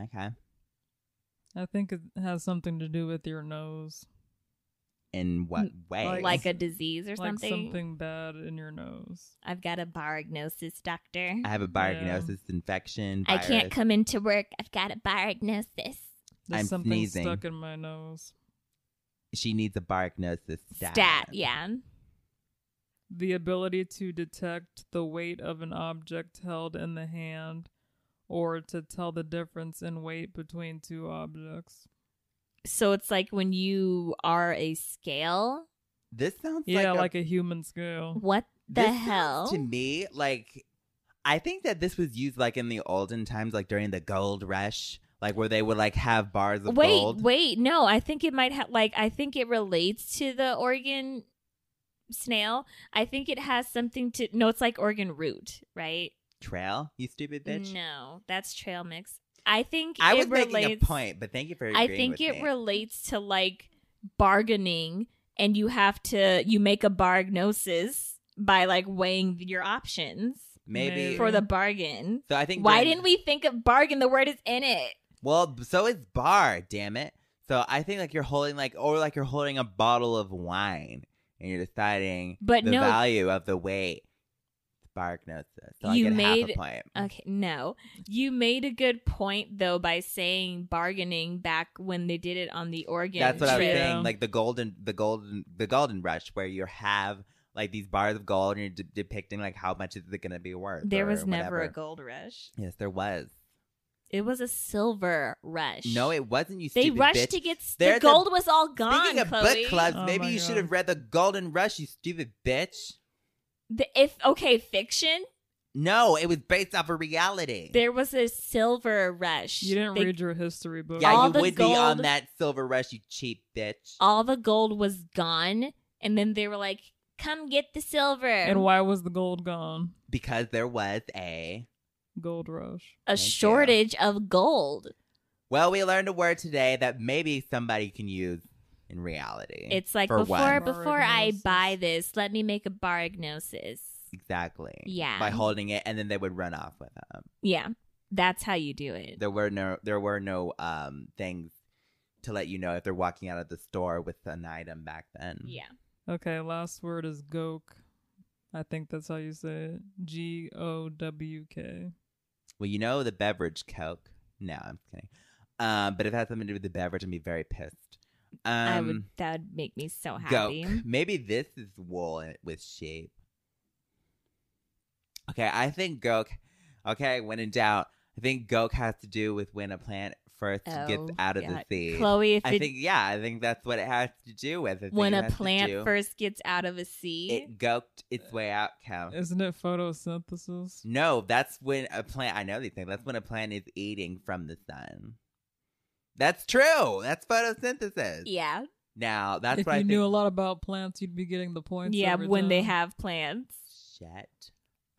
Speaker 1: okay
Speaker 3: I think it has something to do with your nose,
Speaker 1: in what way
Speaker 3: Like-
Speaker 2: Mm, like a disease or
Speaker 3: like
Speaker 2: something.
Speaker 3: something bad in your nose.
Speaker 2: I've got a bargnosis, doctor.
Speaker 1: i have a bargnosis infection
Speaker 2: I can't
Speaker 1: virus.
Speaker 2: come into work. I've got a bargnosis.
Speaker 3: There's
Speaker 1: I'm
Speaker 3: something
Speaker 1: sneezing.
Speaker 3: stuck in my nose.
Speaker 1: she needs a bargnosis
Speaker 2: Stat.
Speaker 1: stat,
Speaker 2: yeah.
Speaker 3: The ability to detect the weight of an object held in the hand, or to tell the difference in weight between two objects.
Speaker 2: So it's like when you are a scale.
Speaker 1: this sounds
Speaker 3: Yeah,
Speaker 1: like a
Speaker 3: like a, human scale.
Speaker 2: What the
Speaker 1: This sounds
Speaker 2: hell?
Speaker 1: to me like i think that this was used like in the olden times like during the gold rush like where they would like have bars of
Speaker 2: wait,
Speaker 1: gold
Speaker 2: wait. No, I think it might have, like, I think it relates to the Oregon snail. I think it has something to, no, it's like Oregon root, right?
Speaker 1: trail you stupid bitch
Speaker 2: No, that's trail mix. I think
Speaker 1: i
Speaker 2: it
Speaker 1: was
Speaker 2: relates,
Speaker 1: making a point but thank you for
Speaker 2: I
Speaker 1: agreeing
Speaker 2: think
Speaker 1: with
Speaker 2: it
Speaker 1: me.
Speaker 2: relates to like bargaining, and you have to you make a bargnosis by like weighing your options
Speaker 1: maybe
Speaker 2: for the bargain.
Speaker 1: so i Mm-hmm. think
Speaker 2: Why
Speaker 1: during-
Speaker 2: didn't we think of bargain? The word is in it.
Speaker 1: well so is bar damn it so i think like you're holding like or like you're holding a bottle of wine and you're deciding
Speaker 2: But
Speaker 1: the
Speaker 2: no.
Speaker 1: value of the weight bargnosis so
Speaker 2: You
Speaker 1: i get half
Speaker 2: made-
Speaker 1: a point
Speaker 2: Okay, no. You made a good point though by saying bargaining back when they did it on the Oregon.
Speaker 1: That's what I was
Speaker 2: trip.
Speaker 3: Yeah.
Speaker 1: saying. Like the golden, the golden, the golden rush, where you have like these bars of gold, and you're de- depicting like how much is it going to be worth.
Speaker 2: There
Speaker 1: or
Speaker 2: was never a
Speaker 1: whatever.
Speaker 2: gold rush.
Speaker 1: Yes, there was.
Speaker 2: It was a silver rush.
Speaker 1: No, it wasn't. You
Speaker 2: they
Speaker 1: stupid
Speaker 2: rushed
Speaker 1: bitch.
Speaker 2: to get s- the
Speaker 1: There's a-
Speaker 2: gold was all gone.
Speaker 1: Speaking of
Speaker 2: Chloe.
Speaker 1: book clubs,
Speaker 3: Oh
Speaker 1: maybe
Speaker 3: my
Speaker 1: you
Speaker 3: God.
Speaker 1: should have read the Golden Rush. You stupid bitch.
Speaker 2: The, if okay, fiction.
Speaker 1: No, it was based off of reality.
Speaker 2: There was a silver rush.
Speaker 3: You didn't
Speaker 2: They-
Speaker 3: read your history book.
Speaker 1: yeah,
Speaker 2: all
Speaker 1: you
Speaker 2: the
Speaker 1: would be on
Speaker 2: gold-
Speaker 1: that Silver Rush, you cheap bitch.
Speaker 2: All the gold was gone, and then they were like, "Come get the silver."
Speaker 3: And why was the gold gone?
Speaker 1: Because there was a.
Speaker 3: Gold rush.
Speaker 2: a
Speaker 1: Thank you.
Speaker 2: shortage of gold.
Speaker 1: Well, we learned a word today that maybe somebody can use in reality.
Speaker 2: It's like
Speaker 1: For
Speaker 2: before
Speaker 1: one.
Speaker 2: before I
Speaker 3: Bargnosis.
Speaker 2: buy this, let me make a bargnosis.
Speaker 1: Exactly.
Speaker 2: Yeah.
Speaker 1: By holding it, and then they would run off with them.
Speaker 2: Yeah, that's how you do it.
Speaker 1: There were no, there were no um things to let you know if they're walking out of the store with an item back then.
Speaker 2: yeah,
Speaker 3: Okay, last word is gok. I think that's how you say it. G O W K.
Speaker 1: Well, you know the beverage Coke. No, I'm just kidding. Um, but if it has something to do with the beverage, I'd be very pissed. Um,
Speaker 2: I would. That would make me so happy.
Speaker 1: Goke. Maybe this is wool in- with shape. Okay, I think goke. Okay, when in doubt, I think goke has to do with when a plant first
Speaker 2: Oh,
Speaker 1: gets out of
Speaker 2: yeah.
Speaker 1: the seed.
Speaker 2: Chloe, if
Speaker 1: I
Speaker 2: it,
Speaker 1: think yeah, I think that's what it has to do with. I think
Speaker 2: when
Speaker 1: it
Speaker 2: a
Speaker 1: has to
Speaker 2: plant
Speaker 1: do-
Speaker 2: first gets out of a seed,
Speaker 1: it goked its way out, Cal.
Speaker 3: Isn't it photosynthesis?
Speaker 1: No, that's when a plant. I know these things. That's when a plant is eating from the sun. That's true. That's photosynthesis.
Speaker 2: yeah,
Speaker 1: Now that's
Speaker 3: if
Speaker 1: what I
Speaker 3: you
Speaker 1: think.
Speaker 3: knew a lot about plants, you'd be getting the points.
Speaker 2: yeah,
Speaker 3: every
Speaker 2: when they
Speaker 3: time.
Speaker 2: have plants.
Speaker 1: Shut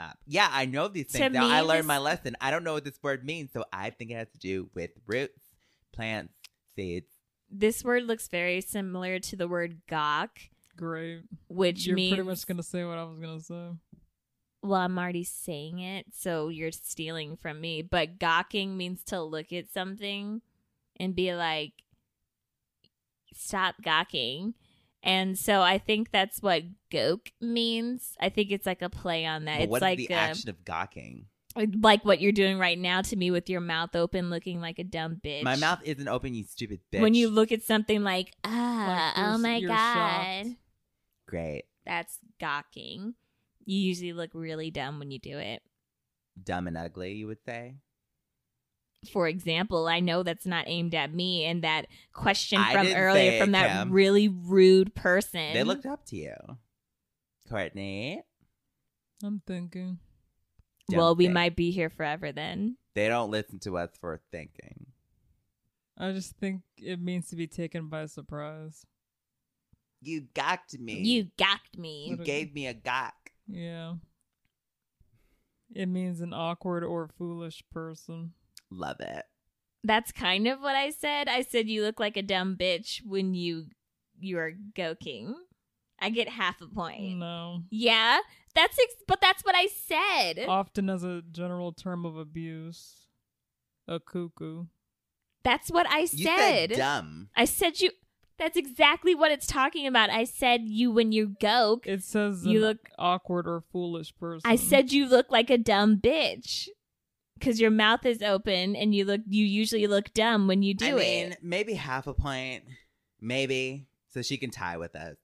Speaker 1: up. Yeah, I know these
Speaker 2: To
Speaker 1: things. Now
Speaker 2: me,
Speaker 1: I learned
Speaker 2: this-
Speaker 1: my lesson. I don't know what this word means, so I think it has to do with roots, plants, seeds.
Speaker 2: This word looks very similar to the word gawk,
Speaker 3: Great.
Speaker 2: which
Speaker 3: You're
Speaker 2: means
Speaker 3: pretty much gonna say what I was gonna say.
Speaker 2: well, I'm already saying it, so you're stealing from me. But gawking means to look at something and be like, stop gawking. And so I think that's what goke means. I think it's like a play on that.
Speaker 1: But
Speaker 2: it's
Speaker 1: what is
Speaker 2: like um,
Speaker 1: the
Speaker 2: a-
Speaker 1: action of gawking?
Speaker 2: like what you're doing right now to me with your mouth open, looking like a dumb bitch.
Speaker 1: My mouth isn't open, you stupid bitch.
Speaker 2: When you look at something like, ah,
Speaker 3: Like you're
Speaker 2: oh
Speaker 3: s-
Speaker 2: my
Speaker 3: you're
Speaker 2: god,
Speaker 3: shocked.
Speaker 1: great,
Speaker 2: that's gawking. You usually look really dumb when you do it.
Speaker 1: dumb and ugly, you would say.
Speaker 2: For example, I know that's not aimed at me, and that question
Speaker 1: I
Speaker 2: from
Speaker 1: didn't say
Speaker 2: earlier
Speaker 1: it,
Speaker 2: from that
Speaker 1: Kim.
Speaker 2: really rude person.
Speaker 1: They looked up to you, Courtney.
Speaker 3: I'm thinking.
Speaker 1: Don't
Speaker 2: well, we
Speaker 1: think.
Speaker 2: might be here forever then.
Speaker 1: They don't listen to us for thinking.
Speaker 3: I just think it means to be taken by surprise.
Speaker 1: You gawked me.
Speaker 2: You gawked me.
Speaker 1: you gave me a gawk.
Speaker 3: Yeah. It means an awkward or foolish person.
Speaker 1: Love it.
Speaker 2: That's kind of what I said. I said you look like a dumb bitch when you you are goking. I get half a point.
Speaker 3: No.
Speaker 2: Yeah, that's ex- but that's what I said.
Speaker 3: Often as a general term of abuse. A cuckoo.
Speaker 2: That's what I
Speaker 1: You
Speaker 2: said.
Speaker 1: dumb.
Speaker 2: I said you. That's exactly what it's talking about. I said you when you goke.
Speaker 3: It says
Speaker 2: You
Speaker 3: an
Speaker 2: look-
Speaker 3: awkward or foolish person.
Speaker 2: I said you look like a dumb bitch because your mouth is open and you look. You usually look dumb when you do
Speaker 1: I mean,
Speaker 2: it.
Speaker 1: maybe half a point, maybe, so she can tie with us.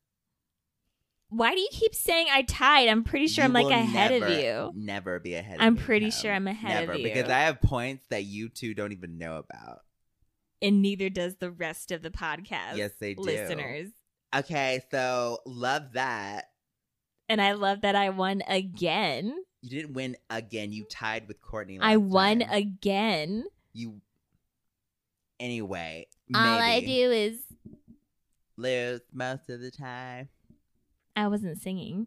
Speaker 2: Why do you keep saying I tied? I'm pretty sure I'm
Speaker 1: You
Speaker 2: like
Speaker 1: will
Speaker 2: ahead of
Speaker 1: never,
Speaker 2: you.
Speaker 1: Never be ahead. of
Speaker 2: I'm
Speaker 1: me,
Speaker 2: pretty
Speaker 1: Kim.
Speaker 2: sure I'm ahead of
Speaker 1: never,
Speaker 2: you.
Speaker 1: because I have points that you two don't even know about.
Speaker 2: And neither does the rest of the podcast.
Speaker 1: Yes, they do.
Speaker 2: listeners.
Speaker 1: Okay, so love that.
Speaker 2: And I love that I won again.
Speaker 1: You didn't win again. You tied with Courtney.
Speaker 2: I
Speaker 1: last
Speaker 2: won
Speaker 1: time.
Speaker 2: again.
Speaker 1: You. Anyway,
Speaker 2: All I
Speaker 1: maybe.
Speaker 2: do is
Speaker 1: lose most of the time.
Speaker 2: I wasn't singing.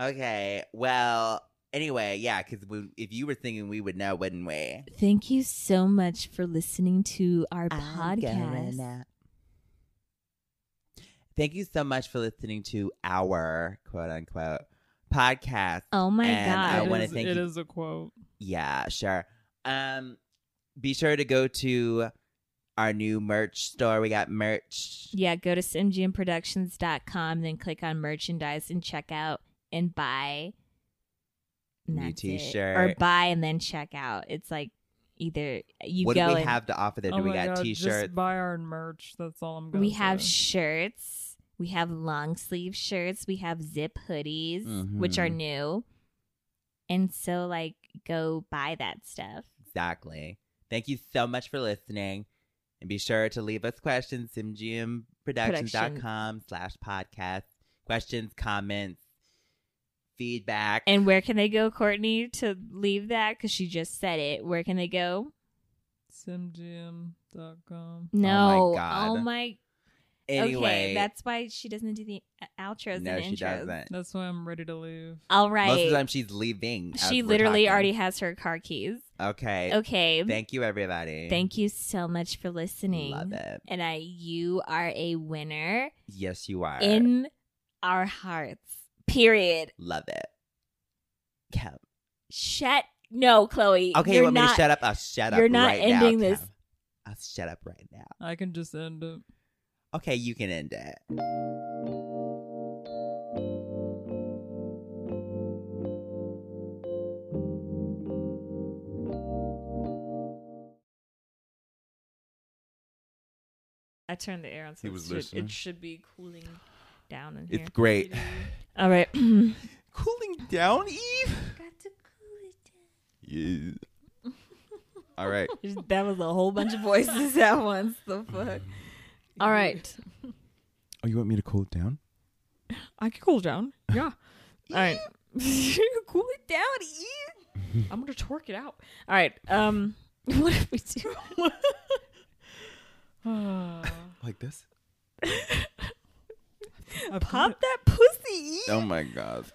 Speaker 1: Okay, well, anyway, yeah, because if you were singing, we would know, wouldn't we?
Speaker 2: Thank you so much for listening to our podcast.
Speaker 1: Podcast. Thank you so much for listening to our quote unquote podcast.
Speaker 2: Oh my
Speaker 1: And I
Speaker 2: god.
Speaker 3: It
Speaker 1: wanna
Speaker 3: is-
Speaker 1: thank
Speaker 3: It
Speaker 1: you-
Speaker 3: is a quote.
Speaker 1: Yeah, sure. Um, be sure to go to our new merch store. We got merch.
Speaker 2: yeah, go to simgmproductions.com, then click on merchandise and check out and buy And
Speaker 1: New
Speaker 2: that's it.
Speaker 1: t-shirt.
Speaker 2: Or buy and then check out. It's like either you
Speaker 1: what
Speaker 2: go
Speaker 1: do we
Speaker 2: and
Speaker 1: have to offer there? Do
Speaker 3: oh
Speaker 1: we
Speaker 3: my
Speaker 1: got
Speaker 3: God,
Speaker 1: t-shirts?
Speaker 3: Just buy our merch. That's all I'm going to
Speaker 2: we have
Speaker 3: say.
Speaker 2: shirts. We have long sleeve shirts. We have zip hoodies, which are
Speaker 1: Mhm.
Speaker 2: new. And so, like, go buy that stuff.
Speaker 1: Exactly. Thank you so much for listening. And be sure to leave us questions, simgmproductions.com slash podcast. Questions, comments, feedback.
Speaker 2: And where can they go, Courtney, to leave that? Because she just said it. Where can they go?
Speaker 3: Simgm.com.
Speaker 2: No.
Speaker 1: God.
Speaker 2: Oh my.
Speaker 1: anyway,
Speaker 2: Okay, that's why she doesn't do the uh, outros
Speaker 1: no,
Speaker 2: and
Speaker 1: she
Speaker 2: intros.
Speaker 1: doesn't.
Speaker 3: That's why I'm ready to leave.
Speaker 2: All
Speaker 1: Most of the
Speaker 2: right.
Speaker 1: time she's leaving. as
Speaker 2: She
Speaker 1: we're
Speaker 2: literally
Speaker 1: talking.
Speaker 2: already has her car keys.
Speaker 1: Okay.
Speaker 2: Okay. Thank,
Speaker 1: Thank you, everybody.
Speaker 2: you so much for listening.
Speaker 1: Love it.
Speaker 2: And I, you are a winner.
Speaker 1: Yes, you are.
Speaker 2: in our hearts. Period.
Speaker 1: Love it. Kev.
Speaker 2: Shut. No, Chloe.
Speaker 1: Okay, you
Speaker 2: you're
Speaker 1: want me
Speaker 2: not.
Speaker 1: to shut up? I'll shut up.
Speaker 2: you're not
Speaker 1: right
Speaker 2: ending
Speaker 1: now,
Speaker 2: this.
Speaker 1: Kev. I'll shut up right now.
Speaker 3: I can just end it.
Speaker 1: Okay, you can end it.
Speaker 2: I turned the air on so
Speaker 5: He
Speaker 2: it
Speaker 5: was
Speaker 2: should-
Speaker 5: listening.
Speaker 2: it should be cooling down in here.
Speaker 1: It's great.
Speaker 2: All right. Got
Speaker 5: Cooling down, Eve.
Speaker 2: to cool it down.
Speaker 5: Yeah. All right.
Speaker 2: Just- That was a whole bunch of voices at once. The fuck. All right.
Speaker 5: Oh, you want me to cool it down?
Speaker 3: I can cool down. Yeah.
Speaker 2: All right. cool it down. Ian. I'm gonna twerk it out. All right. Um. What if we do?
Speaker 5: Like this?
Speaker 3: I've got it.
Speaker 2: Pop that pussy. Ian.
Speaker 5: Oh my god.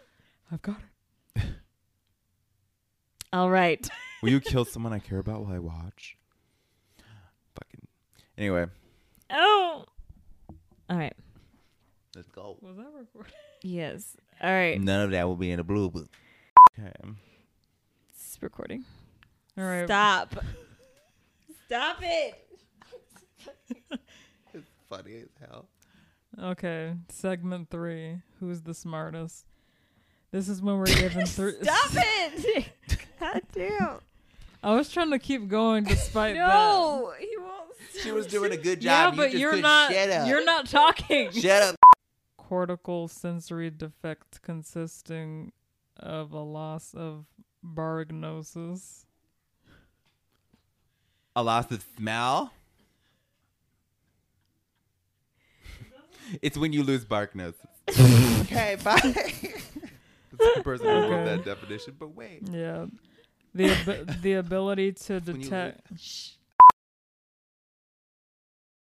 Speaker 3: I've got it.
Speaker 2: All right.
Speaker 5: Will you kill someone I care about while I watch? Fucking. Anyway,
Speaker 2: Oh. All right.
Speaker 1: Let's go.
Speaker 3: Was that recorded?
Speaker 2: Yes. All right.
Speaker 1: None of that will be in the blue book.
Speaker 5: okay.
Speaker 2: It's recording.
Speaker 3: All right.
Speaker 2: Stop. Stop it.
Speaker 1: It's funny as hell.
Speaker 3: Okay. Segment three. Who's the smartest? This is when we're given three.
Speaker 2: Stop it. God damn.
Speaker 3: I was trying to keep going despite that.
Speaker 2: No, he won't.
Speaker 1: She was doing a good
Speaker 3: Yeah,
Speaker 1: job.
Speaker 3: but
Speaker 1: you
Speaker 3: you are
Speaker 1: could
Speaker 3: not.
Speaker 1: Shut up.
Speaker 3: You're not talking.
Speaker 1: Shut up.
Speaker 3: cortical sensory defect consisting of a loss of bargnosis.
Speaker 1: A loss of smell. it's when you lose bark notes. okay, bye. Some person who wrote
Speaker 3: Okay.
Speaker 1: that definition, but wait.
Speaker 3: Yeah. The ab- the ability to
Speaker 1: When you
Speaker 3: detect
Speaker 1: lose-